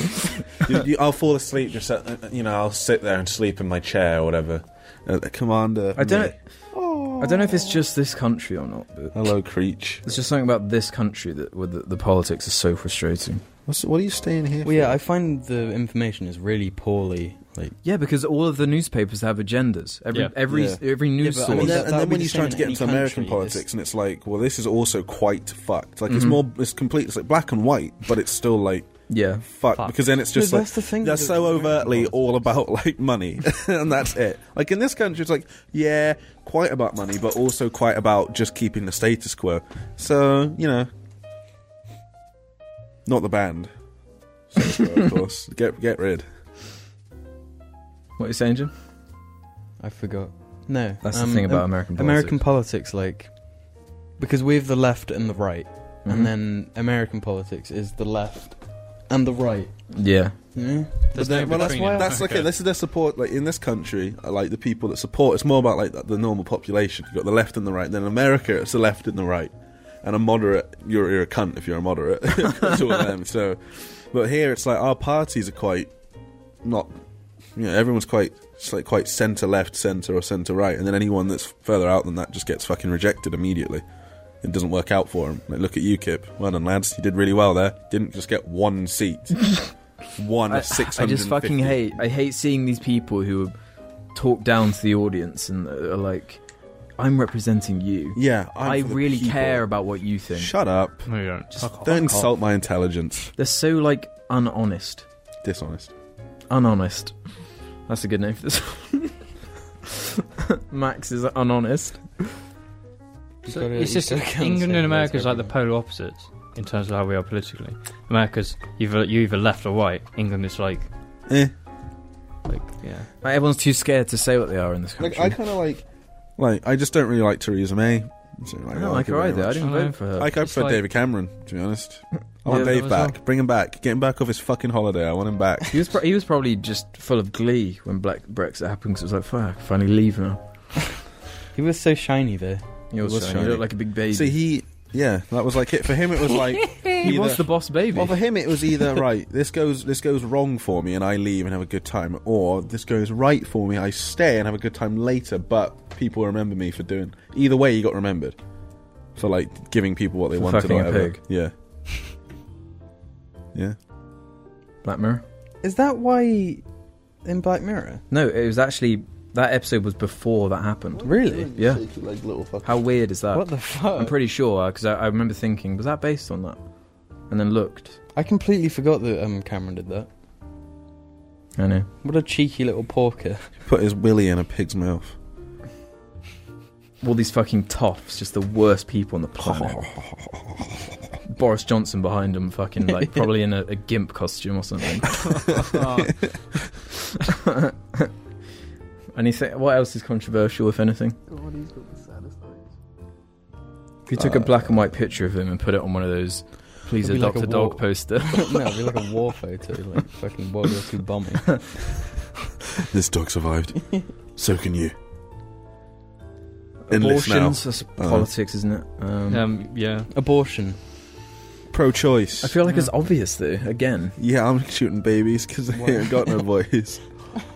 You- you- I'll fall asleep. Just at, uh, you know, I'll sit there and sleep in my chair or whatever. Uh, Commander, I don't me. I don't know if it's just this country or not, but Hello, Creech. there's just something about this country that where the, the politics are so frustrating. What's, what are you staying here? Well, yeah, I find the information is really poorly. Like, Yeah, because all of the newspapers have agendas. Every Yeah. every Yeah. every news but I And then, and source. mean, that- that then would when be you the try same to in get any into American country, politics, it's- and it's like, well, this is also quite fucked. Like, Mm-hmm. it's more, it's complete. It's like black and white, but it's still like yeah, fucked Fuck. because then it's just No, like that's the thing they're with the so American overtly politics. all about like money, and that's it. Like in this country, it's like yeah, quite about money, but also quite about just keeping the status quo. So you know, not the band, Status quo, of course. Get get rid. what are you saying, Jim? I forgot. No, That's um, the thing about um, American politics. American politics. Like, because we have the left and the right, Mhm. and then American politics is the left and the right. yeah, Yeah. There's But then- no well, that's between why- it. That's okay. This is their support. Like in this country, uh, like the people that support, it's more about like the, the normal population. You've got the left and the right. Then in America, it's the left and the right. And a moderate, you're, you're a cunt if you're a moderate. It's all them. So, but here it's like our parties are quite not. You know, everyone's quite it's like quite centre left, centre or centre right, and then anyone that's further out than that just gets fucking rejected immediately. It doesn't work out for them. Like look at UKIP. Well done, lads. You did really well there. Didn't just get one seat. One I, of six I hundred. just fucking hate. I hate seeing these people who talk down to the audience and are like, I'm representing you. Yeah, I'm i for the really people. care about what you think. Shut up! No, you don't. Just Fuck off. Don't insult my intelligence. They're so like unhonest. Dishonest. Unhonest. That's a good name for this. one. Max is unhonest. You've So gotta- it's you just still can't England say and no America is to like the polar opposites in terms of how we are politically. America's you've you either left or right. England is like Eh. like yeah. Like, everyone's too scared to say what they are in this country. Like I kind of like, like I just don't really like Theresa May. So, like, I don't like her very either. I much. didn't I know. vote for her. Like I It's prefer like- David Cameron, to be honest. I want Yeah, Dave as back. well. Bring him back. Get him back off his fucking holiday. I want him back. He was pro- he was probably just full of glee when Black Brexit happened. 'cause it was like, fuck, I can finally leave now. He was so shiny there. You're was shiny. You shiny. look like a big baby. See, he, yeah, that was like it for him. It was like he was the either- boss baby. Well, for him, it was either right. This goes this goes wrong for me, and I leave and have a good time, or this goes right for me. I stay and have a good time later, but people remember me for doing. Either way, he got remembered for like giving people what they For wanted. fucking Or a whatever. pig. Yeah. Yeah. Black Mirror. Is that why in Black Mirror? No, it was actually that episode was before that happened. Really? Yeah. Like little fuck. How weird is that? What the fuck? I'm pretty sure because I, I remember thinking, was that based on that? And then looked. I completely forgot that um, Cameron did that. I know. What a cheeky little porker. Put his willy in a pig's mouth. All these fucking toffs, just the worst people on the planet. Boris Johnson behind him, fucking like probably in a, a gimp costume or something. Anything? What else is controversial, if anything? If you took a Uh, black and white picture of him and put it on one of those, please It'd be adopt like a a dog war- poster. no, it'd be like a war photo, like fucking World War II bombing. This dog survived. so can you. Enlist now. Abortions, that's politics, isn't it? Um, Um, yeah. Abortion. Pro-choice. I feel like it's Yeah. obvious though. Again, Yeah, I'm shooting babies because I What? ain't got no voice.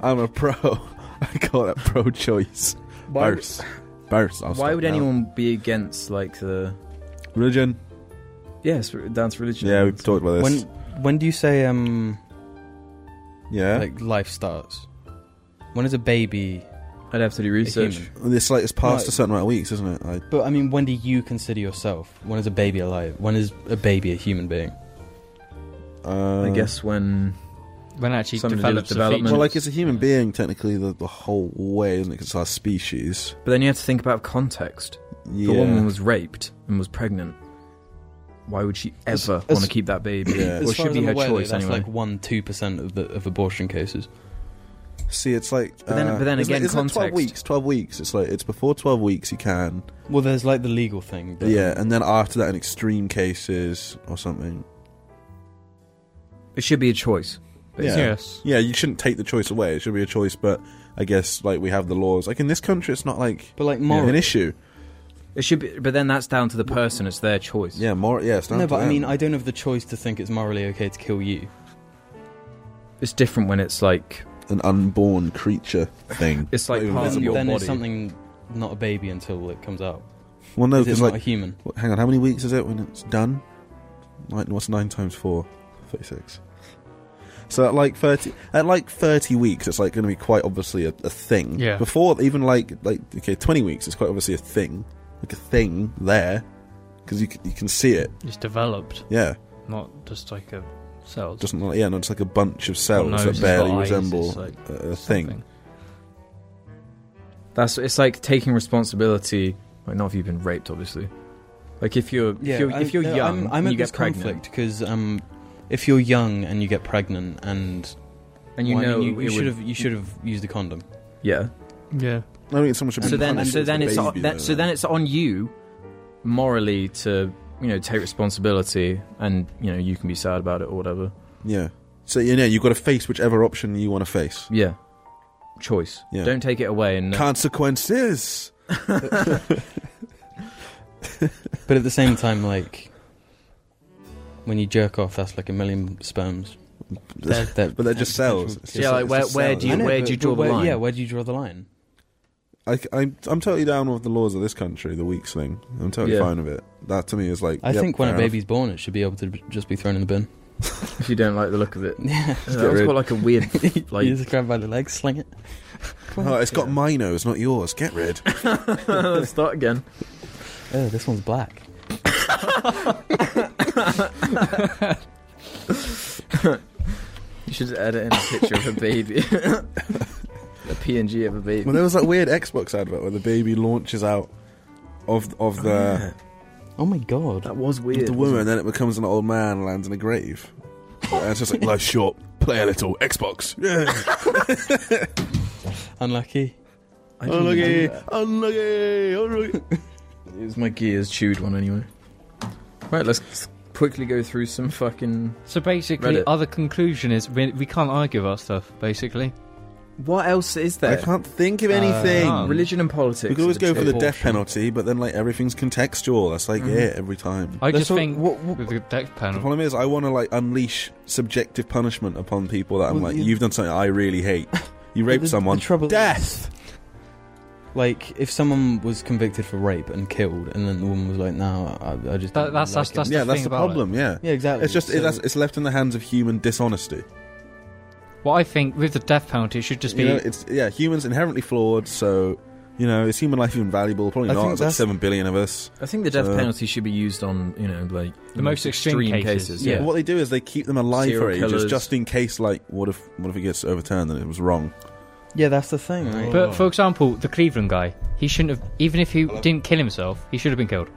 I'm a pro. I call that pro-choice. why, Burst. Burst. I'll why stop would now. anyone be against like the Religion. yes yeah, dance religion? Yeah, we've talked about this. When when do you say um yeah. like life starts? When is a baby? I'd have to do research. human. it's like it's past Right. a certain amount of weeks, isn't it? I, But I mean, when do you consider yourself? When is a baby alive? When is a baby a human being? uh, I guess when When it actually Something to do with develops the development. features. Well, like it's a human being technically the, the whole way, isn't it? 'Cause it's our species. but then you have to think about context. Yeah. The woman was raped and was pregnant. Why would she As- ever as- want to keep that baby? Yeah. Or As it should be her choice that's anyway. like one two percent of the of abortion cases. See, it's like. But then- uh, but then isn't again, it- isn't it twelve context. weeks. Twelve weeks. It's like it's before twelve weeks you can. Well, there's like the legal thing. But yeah, and then after that, in extreme cases or something. It should be a choice. Yeah. Yes. Yeah, you shouldn't take the choice away. It should be a choice, but I guess like we have the laws. Like in this country, it's not like But like moral. an issue. It should be, but then that's down to the person. It's their choice. Yeah, more. Yeah, it's down no, to but I them. mean, I don't have the choice to think it's morally okay to kill you. It's different when it's like an unborn creature thing. it's like Not even part of visible. your then body. it's something not a baby until it comes out. well, no, Is it because not a like, human? what- hang on, how many weeks is it when it's done? Like, what's nine times four? Thirty-six. So at like thirty, at like thirty weeks, it's like going to be quite obviously a, a thing. Yeah. Before even like like okay, twenty weeks, it's quite obviously a thing, like a thing there, because you c- you can see it. It's developed, Yeah. not just like a cells. Doesn't like yeah, no, it's like a bunch of Got cells noses, that got barely eyes, resemble it's like a, a something. thing. That's it's like taking responsibility. Like not if you've been raped, obviously. Like if you're if you're, if you're I'm, no, young, I'm, I'm and at you this get pregnant, conflict because um, if you're young and you get pregnant and and you Well, I know mean, you, it should would- have you should have used a condom. yeah. Yeah. I mean, someone should be So then punished so as then the it's on, baby, that, though, so then it's on you morally to you know take responsibility, and you know you can be sad about it or whatever. Yeah. So you know you've got to face whichever option you want to face. Yeah, choice. Yeah. Don't take it away. And uh, Consequences. But at the same time, like when you jerk off, that's like a million sperms. but but they're just cells. It's Yeah, just- like, it's where- just where cells. do you- I know. where do you draw the line? Yeah, where do you draw the line? I, am I'm totally down with the laws of this country, the weeks thing. I'm totally Yeah. fine with it. That to me is like. I yep, think when a fair enough. baby's born, it should be able to b- just be thrown in the bin. if you don't like the look of it. Yeah. Yeah, that was rid. got like a weird. Like- you just grab by the leg, sling it. Oh, it's got my nose, not yours. Get rid. Let's start again. Oh, this one's black. You should edit in a picture of a baby, a PNG of a baby. Well, there was that weird Xbox advert where the baby launches out of of the, Oh my god. that was of weird. the woman, then it becomes an old man, and lands in a grave. and it's just like life short, play a little Xbox. Yeah. Unlucky. I didn't unlucky, do that. unlucky, unlucky. It was my gears chewed one anyway. Right, let's quickly go through some fucking. So basically, Reddit. other conclusion is we, we can't argue about stuff. Basically, What else is I there? Ah, can't think of Uh, anything. um, Religion and politics. we could always is go for the terrible. death penalty, but then like everything's contextual. That's like Mhm. yeah, every time. I That's just what- think what- what- with the deck The panel. problem is, I want to like unleash subjective punishment upon people that I'm Well, like, you- you've done something I really hate. You But raped the- someone. The trouble Death. is, like, if someone was convicted for rape and killed, and then the woman was like, "No, I, I just." That- don't like that's- that's- that's it." yeah, the that's thing the about it. problem. Yeah, yeah, exactly. it's just So- it, that's, it's left in the hands of human dishonesty. What I think with the death penalty, it should just be. You know, it's yeah, humans inherently flawed. So you know, is human life even valuable? Probably I not. think There's like that's- seven billion of us. I think the death Uh, penalty should be used on, you know, like The most extreme cases. Yeah. But what they do is they keep them alive Serial for ages, killers. just in case. Like, what if what if it gets overturned and it was wrong? yeah, that's the thing. Right? but for example, the Cleveland guy, he shouldn't have. Even if he didn't kill himself, he should have been killed.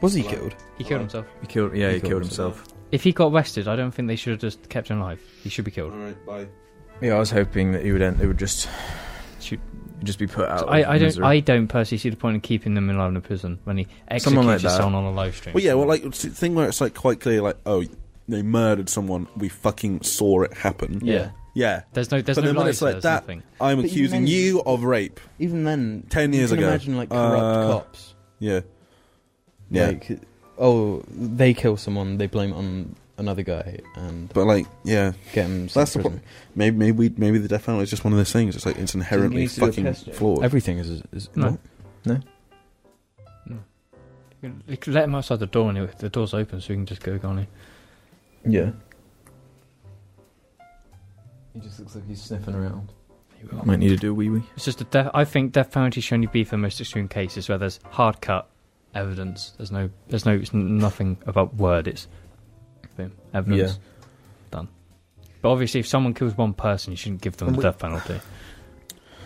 was he killed? He killed himself. He killed. Yeah, he, He killed, killed himself. If he got arrested, I don't think they should have just kept him alive. He should be killed. right, bye. Yeah, I was hoping that he would. End, it would just Shoot. just be put out. So I, I of don't. misery. I don't personally see the point in keeping them alive in a prison when he Someone executes like that. someone on a live stream. Well, yeah, well, like it's the thing where it's like quite clear, like, oh, they murdered someone. We fucking saw it happen. Yeah. Yeah. There's no. There's But no then when lies it's like there, there's that- nothing. I'm But you accusing meant- you of rape. Even then, 10 you years can ago. Imagine like corrupt Uh, cops. Yeah. Yeah. Like, oh, they kill someone, they blame it on another guy, and but like, yeah, get him. that's That's the problem. Maybe, maybe, we, maybe the death penalty is just one of those things. It's like it's inherently need to do a fucking test check? flawed. Everything is. is No. what? You can Let him outside the door, and he- the door's open, so we can just go, can't we? Yeah. He just looks like he's sniffing around. will. Might need to do a wee wee. It's just a death. I think death penalty should only be for most extreme cases where there's hard cut evidence. There's no. There's no. It's n- nothing about word. It's boom, evidence. Done. But obviously, if someone kills one person, you shouldn't give them the death penalty.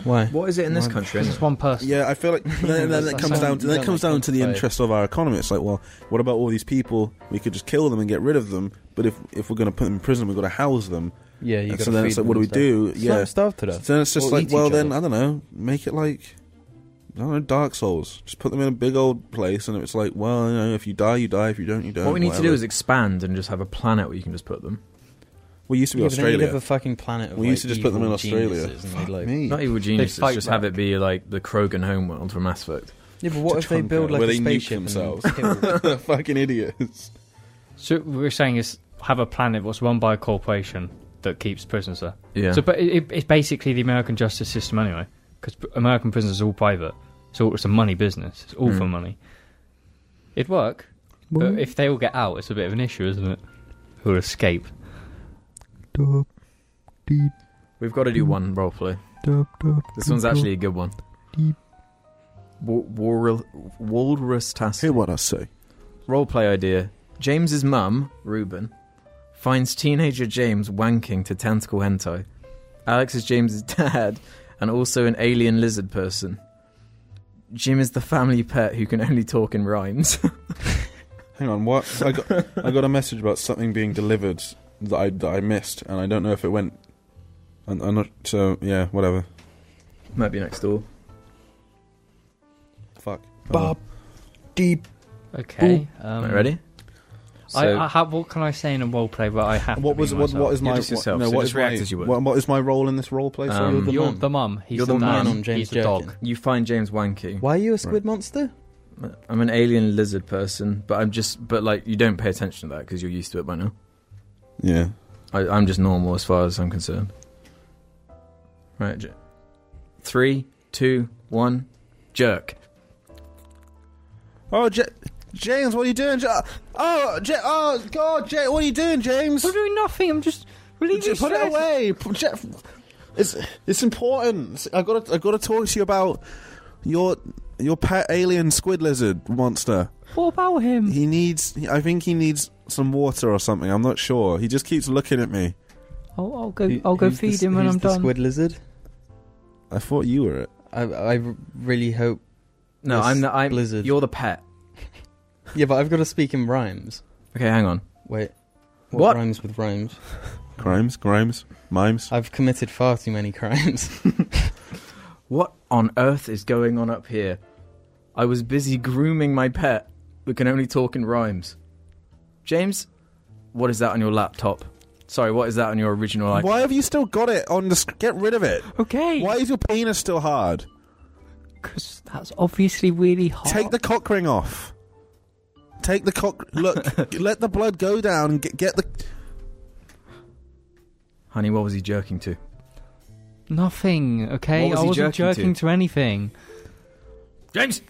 Why? What is it in this Why- country? Because Isn't it's it? one person. Yeah, I feel like then, then it That's comes not- down to then it don't comes make down to the sense. interest of our economy. It's like, well, what about all these people? We could just kill them and get rid of them. But if if we're going to put them in prison, we've got to house them. Yeah, And you. gotta so then feed it's like, them what do we and do? stuff. Yeah. Starve- starve to death. So then it's just Or like, eat well, each then other. I don't know, make it like I don't know, Dark Souls. Just put them in a big old place, and it's like, well, you know, if you die, you die. If you don't, you don't. What we need to do whatever. is expand and just have a planet where you can just put them. we used to be Yeah, but then you'd Australia. have a fucking planet. Of, We used to like, just put them in evil Australia. geniuses and they'd, like- Me. Not evil geniuses. Just have it be like the Krogan homeworld from Mass Effect. Yeah, but what To if they Tonka, build like where a they nuke spaceship and themselves. kill- fucking idiots. So what we're saying is have a planet that's run by a corporation that keeps prisoners there. Yeah. So, but it, it- it's basically the American justice system anyway, because American prisons are all private. It's all it's a money business. It's all for Mm. money. It'd work, but if they all get out, it's a bit of an issue, isn't it? Who'll escape? We've got to do one roleplay. This one's actually a good one. Wa- waril- Walrus task. Hear what I say. Roleplay idea. James's mum, Ruben, finds teenager James wanking to tentacle hentai. Alex is James's dad and also an alien lizard person. Jim is the family pet who can only talk in rhymes. Hang on, what? I got I got a message about something being delivered that I that I missed, and I don't know if it went. I'm, I'm not. So yeah, whatever. Might be next door. Fuck. Bob, deep. Okay. Um, Right, ready? So- I, I have, what can I say in a role play where I have? What to was be what? myself? What is You're my just yourself, what- no, so what just is my react as you would. what, what is my role in this role play? sorry? Um, the You're mum. the mum. He's You're the the mum. dad. on James He's the Jerkin. dog. You find James wanking. Why are you a squid monster? I'm an alien lizard person, but I'm just, but like, you don't pay attention to that because you're used to it by now. yeah. I, I'm just normal as far as I'm concerned. Right. J- three, two, one, jerk. Oh, Je- James, what are you doing? Ja- Oh, ja- oh, God, Ja- what are you doing, James? I'm doing nothing. I'm just relieving J- put it stress. away. P- Jeff, it's it's important. I got I got to talk to you about your your pet alien squid lizard monster. What about Mm. him? He needs. I think he needs some water or something. I'm not sure. He just keeps looking at me. I'll, I'll go. I'll go feed him when I'm the done. Squid lizard. I thought you were it. I, I really hope. No, Yes, I'm the Um, I'm Blizzard. you're the pet. Yeah, but I've got to speak in rhymes. Okay, hang on. Wait, what, What? rhymes with rhymes? Crimes, grimes, mimes. I've committed far too many crimes. What on earth is going on up here? I was busy grooming my pet. We can only talk in rhymes. James, what is that on your laptop? Sorry, what is that on your original iPhone? Why have you still got it on the? sc- Get rid of it. Okay. Why is your penis still hard? Because that's obviously really hot. Take the cock ring off. Take the cock. Look, let the blood go down and get, get the. Honey, what was he jerking to? nothing. Okay, What was I he wasn't jerking to? jerking to? anything. James,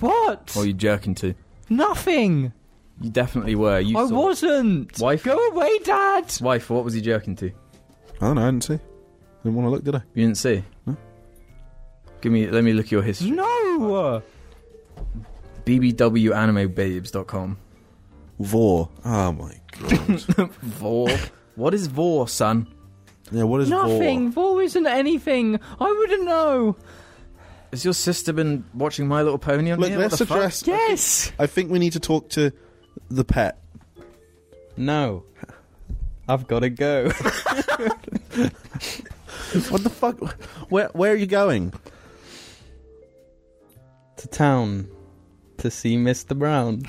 What? what were Oh, you jerking to? Nothing. You definitely were. You I saw- wasn't. Wife? Go away, Dad. Wife, what was he jerking to? I don't know. I didn't see. I didn't want to look, did I? You didn't see. No. Give me. Let me look your history. No. Hmm? bbwanimebabes.com. Vor. Oh my god. Vor. what is vor, son? yeah. What is Nothing. Vor isn't anything. I wouldn't know. Has your sister been watching My Little Pony on Vor? Look, here? What let's the fuck? address. Yes. I think we need to talk to the pet. no, I've got to go. What the fuck? Where Where are you going? to town to see Mr. Brown.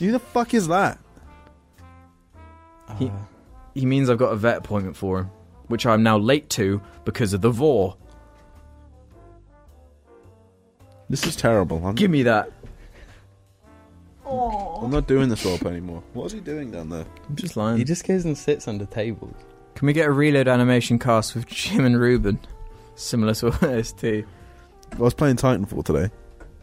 Who the fuck is that? He- Ah. He means I've got a vet appointment for him, which I'm now late to because of the vor. This is terrible. I'm, Give me that. I'm not doing this rope anymore. What is he doing down there? I'm just he lying. just goes and sits under tables. Can we get a reload animation cast with Jim and Ruben? Similar to OST. I was playing Titanfall today.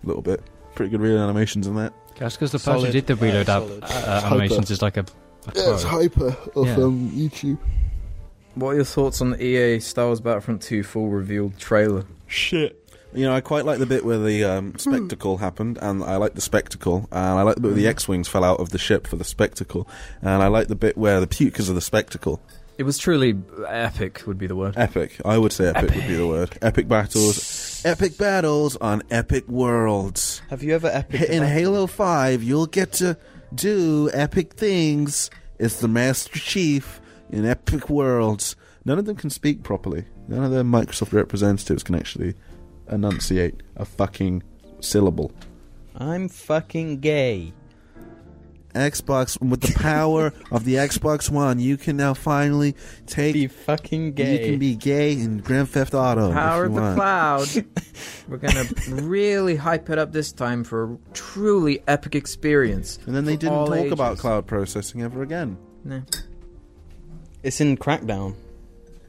A little bit. Pretty good real animations in that. That's because the Solid. person who did the Yeah, reload app solid. uh, animations is like a. a pro. hyper of, Yeah. um, YouTube. What are your thoughts on the EA Star Wars Battlefront 2 full revealed trailer? Shit. You know, I quite like the bit where the um, spectacle happened, and I like the spectacle, and I like the bit where the X-wings fell out of the ship for the spectacle, and I like the bit where the pukers of the spectacle. It was truly epic, would be the word. Epic, I would say epic, would be the word. Epic battles, epic battles on epic worlds. Have you ever epic In Halo Five, you'll get to do epic things. It's the Master Chief in epic worlds. None of them can speak properly. None of the Microsoft representatives can actually enunciate a fucking syllable. I'm fucking gay. Xbox with the power of the Xbox One, you can now finally take. Be fucking You gay. can be gay in Grand Theft Auto. Oh, if Power you of the want. cloud. We're gonna really hype it up this time for a truly epic experience. And then they For didn't all talk ages. about cloud processing ever again. No. it's in Crackdown.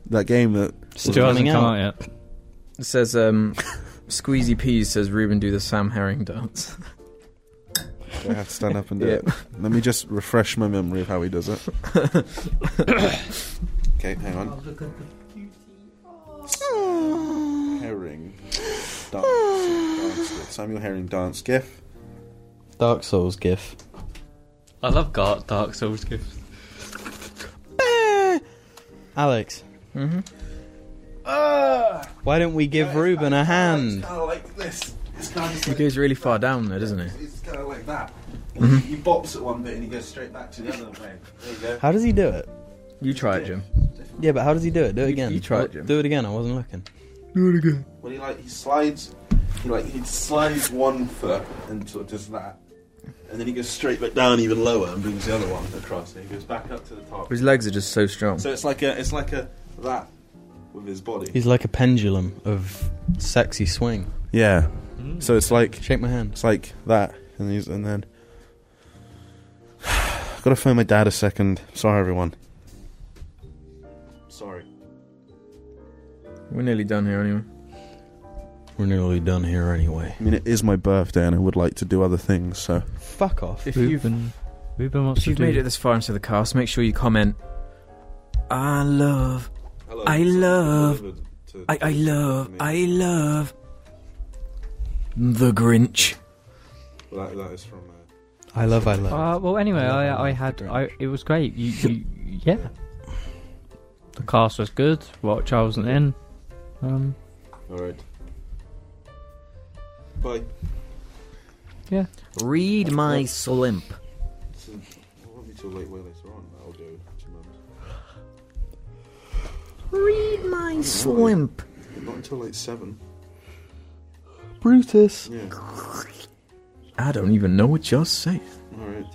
That game that Still hasn't coming come out. out yet. It says um, Squeezy Peas says Ruben do the Sam Herring dance. I have to stand up and do Yeah. it. Let me just refresh my memory of how he does it. okay, hang on. Herring dance, dance gif. Samuel Herring dance gif. Dark Souls GIF. I love Dark Dark Souls gifts. Alex, Mm-hmm. why don't we give Ruben a hand? kind of like this. It's kind of He goes really far down there, doesn't he? Mm-hmm. It's kind of like that. He bops at one bit and he goes straight back to the other way. There you go. How does he do it? You try it, Jim. Yeah, but how does he do it? Do it again. Oh, you try it, Jim. Do it again. I wasn't looking. When he like he slides, he like he slides one foot and sort of does that, and then he goes straight back down even lower and brings the other one across. And he goes back up to the top. His legs are just so strong. So it's like a it's like a that with his body. He's like a pendulum of sexy swing. Yeah. So it's like Shake my hand. it's like that, and he's and then. Gotta phone my dad a second. Sorry, everyone. Sorry. We're nearly done here anyway. We're nearly done here anyway. I mean, it is my birthday, and I would like to do other things. So Fuck off. If Ruben, Ruben wants If to you've do made it this far into the cast, make sure you comment. I love, I love- I, I love, I love the Grinch. That, that is from. uh, I love, I love. Uh, well, anyway, Yeah, I love I, I the had I, Grinch. it was great. You, you yeah. The cast was good. Watch I wasn't in. Um, all right. Bye. Read my slimp. I won't be till late way later on. I'll do. Read my slimp. Not until like seven. Brutus. Yeah. I don't even know what you're saying. All right.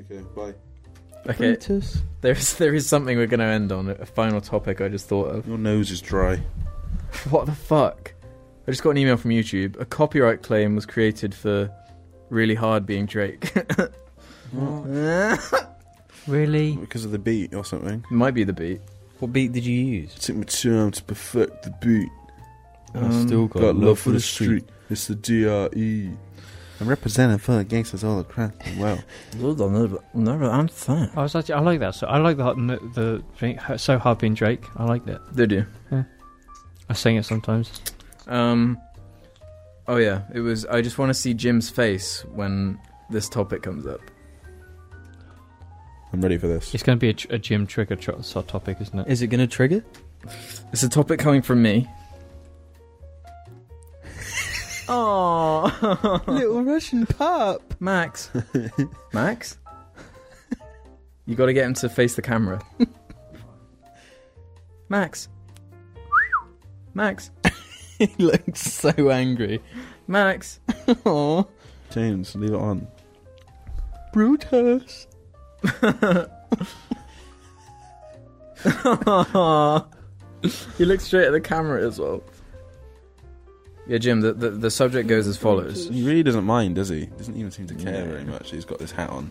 Okay. Bye. Okay, Brutus. there is there is something we're going to end on. A final topic I just thought of. Your nose is dry. What the fuck? I just got an email from YouTube. A copyright claim was created for really hard being Drake. really? Because of the beat or something. Might be the beat. What beat did you use? It took me two hours to perfect the beat. Um, Got, love, for the street. It's the E. DRE. I'm representing for the gangsters all across the world. I'm fine. I was actually I like that. So I like that mo- the thing, so hard being Drake. I liked it. They do. I sing it sometimes. Um. Oh yeah, it was. I just want to see Jim's face when this topic comes up. I'm ready for this. It's going to be a, tr- a gym trigger tr- sort of topic, isn't it? Is it going to trigger? It's a topic coming from me. Oh, Little Russian pup. Max, Max, you got to get him to face the camera. Max, Max, he looks so angry. Max. Aww. James, leave it on. Brutus. he looks straight at the camera as well. Yeah, Jim. The, the, the subject goes as follows. He really doesn't mind, does he? Doesn't even seem to care No. very much. He's got this hat on.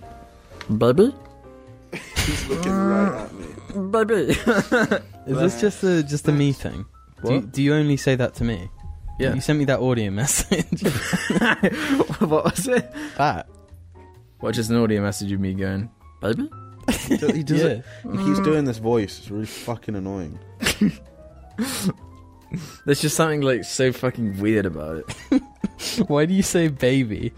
Baby? He's looking right at me. Baby. Is this just the just the me thing? Do you, What? do you only say that to me? Yeah. You sent me that audio message. what was it? that. What, just an audio message of me going, Baby? He does, he does yeah. it. He's doing this voice. It's really fucking annoying. there's just something like so fucking weird about it. Why do you say baby?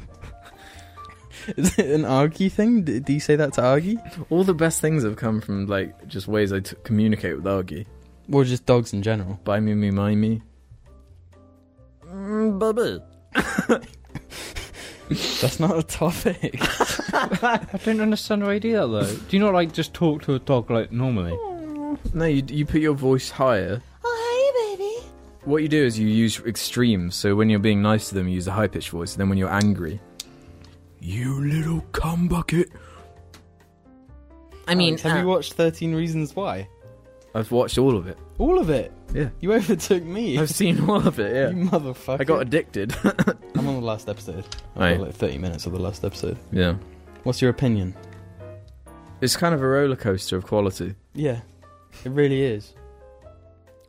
Is it an Argy thing? D- Do you say that to Argy? All the best things have come from like just ways I t- communicate with Argy. Or just dogs in general? Buy me, me, my me. Mm, Baby. That's not a topic. I don't understand why you do that though. do you not like just talk to a dog like normally? No, you, you put your voice higher. Oh, hey, baby. What you do is you use extremes. So when you're being nice to them, you use a high pitched voice. And then when you're angry, you little cum bucket. I mean, uh, have you watched Thirteen Reasons Why? I've watched all of it. All of it. Yeah. You overtook me. I've seen all of it. You Yeah, motherfucker. I got addicted. I'm on the last episode. Aye. I've got like 30 minutes of the last episode. yeah, Oh, What's your opinion? it's kind of a roller coaster of quality. Yeah. It really is.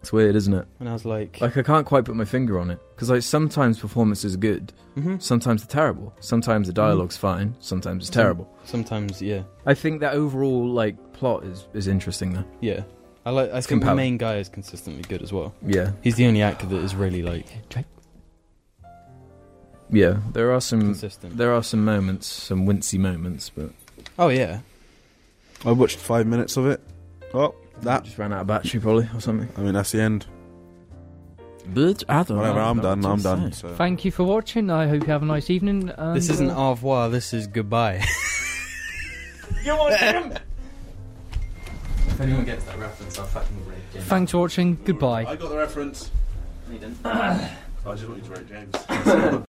It's weird, isn't it? And I was like, Like I can't quite put my finger on it because like sometimes performances are good, mhm. sometimes they're terrible, sometimes the dialogue's fine, sometimes it's terrible. sometimes, yeah. Mm. I think that overall like plot is is interesting though. Yeah. I like. I think the compelling. main guy is consistently good as well. Yeah, He's the only actor that is really like yeah. There are some consistent. there are some moments, some wincy moments, but Oh yeah. I watched five minutes of it. Oh, I that. just ran out of battery probably or something. I mean, that's the end. Bitch, I don't Whatever, know I'm what done. to I'm done. say. So. Thank you for watching. I hope you have a nice evening. And, This isn't uh, au revoir. This is goodbye. If anyone gets that reference, I'll fucking rape you. Thanks for watching. Goodbye. I got the reference. I just want you to write James.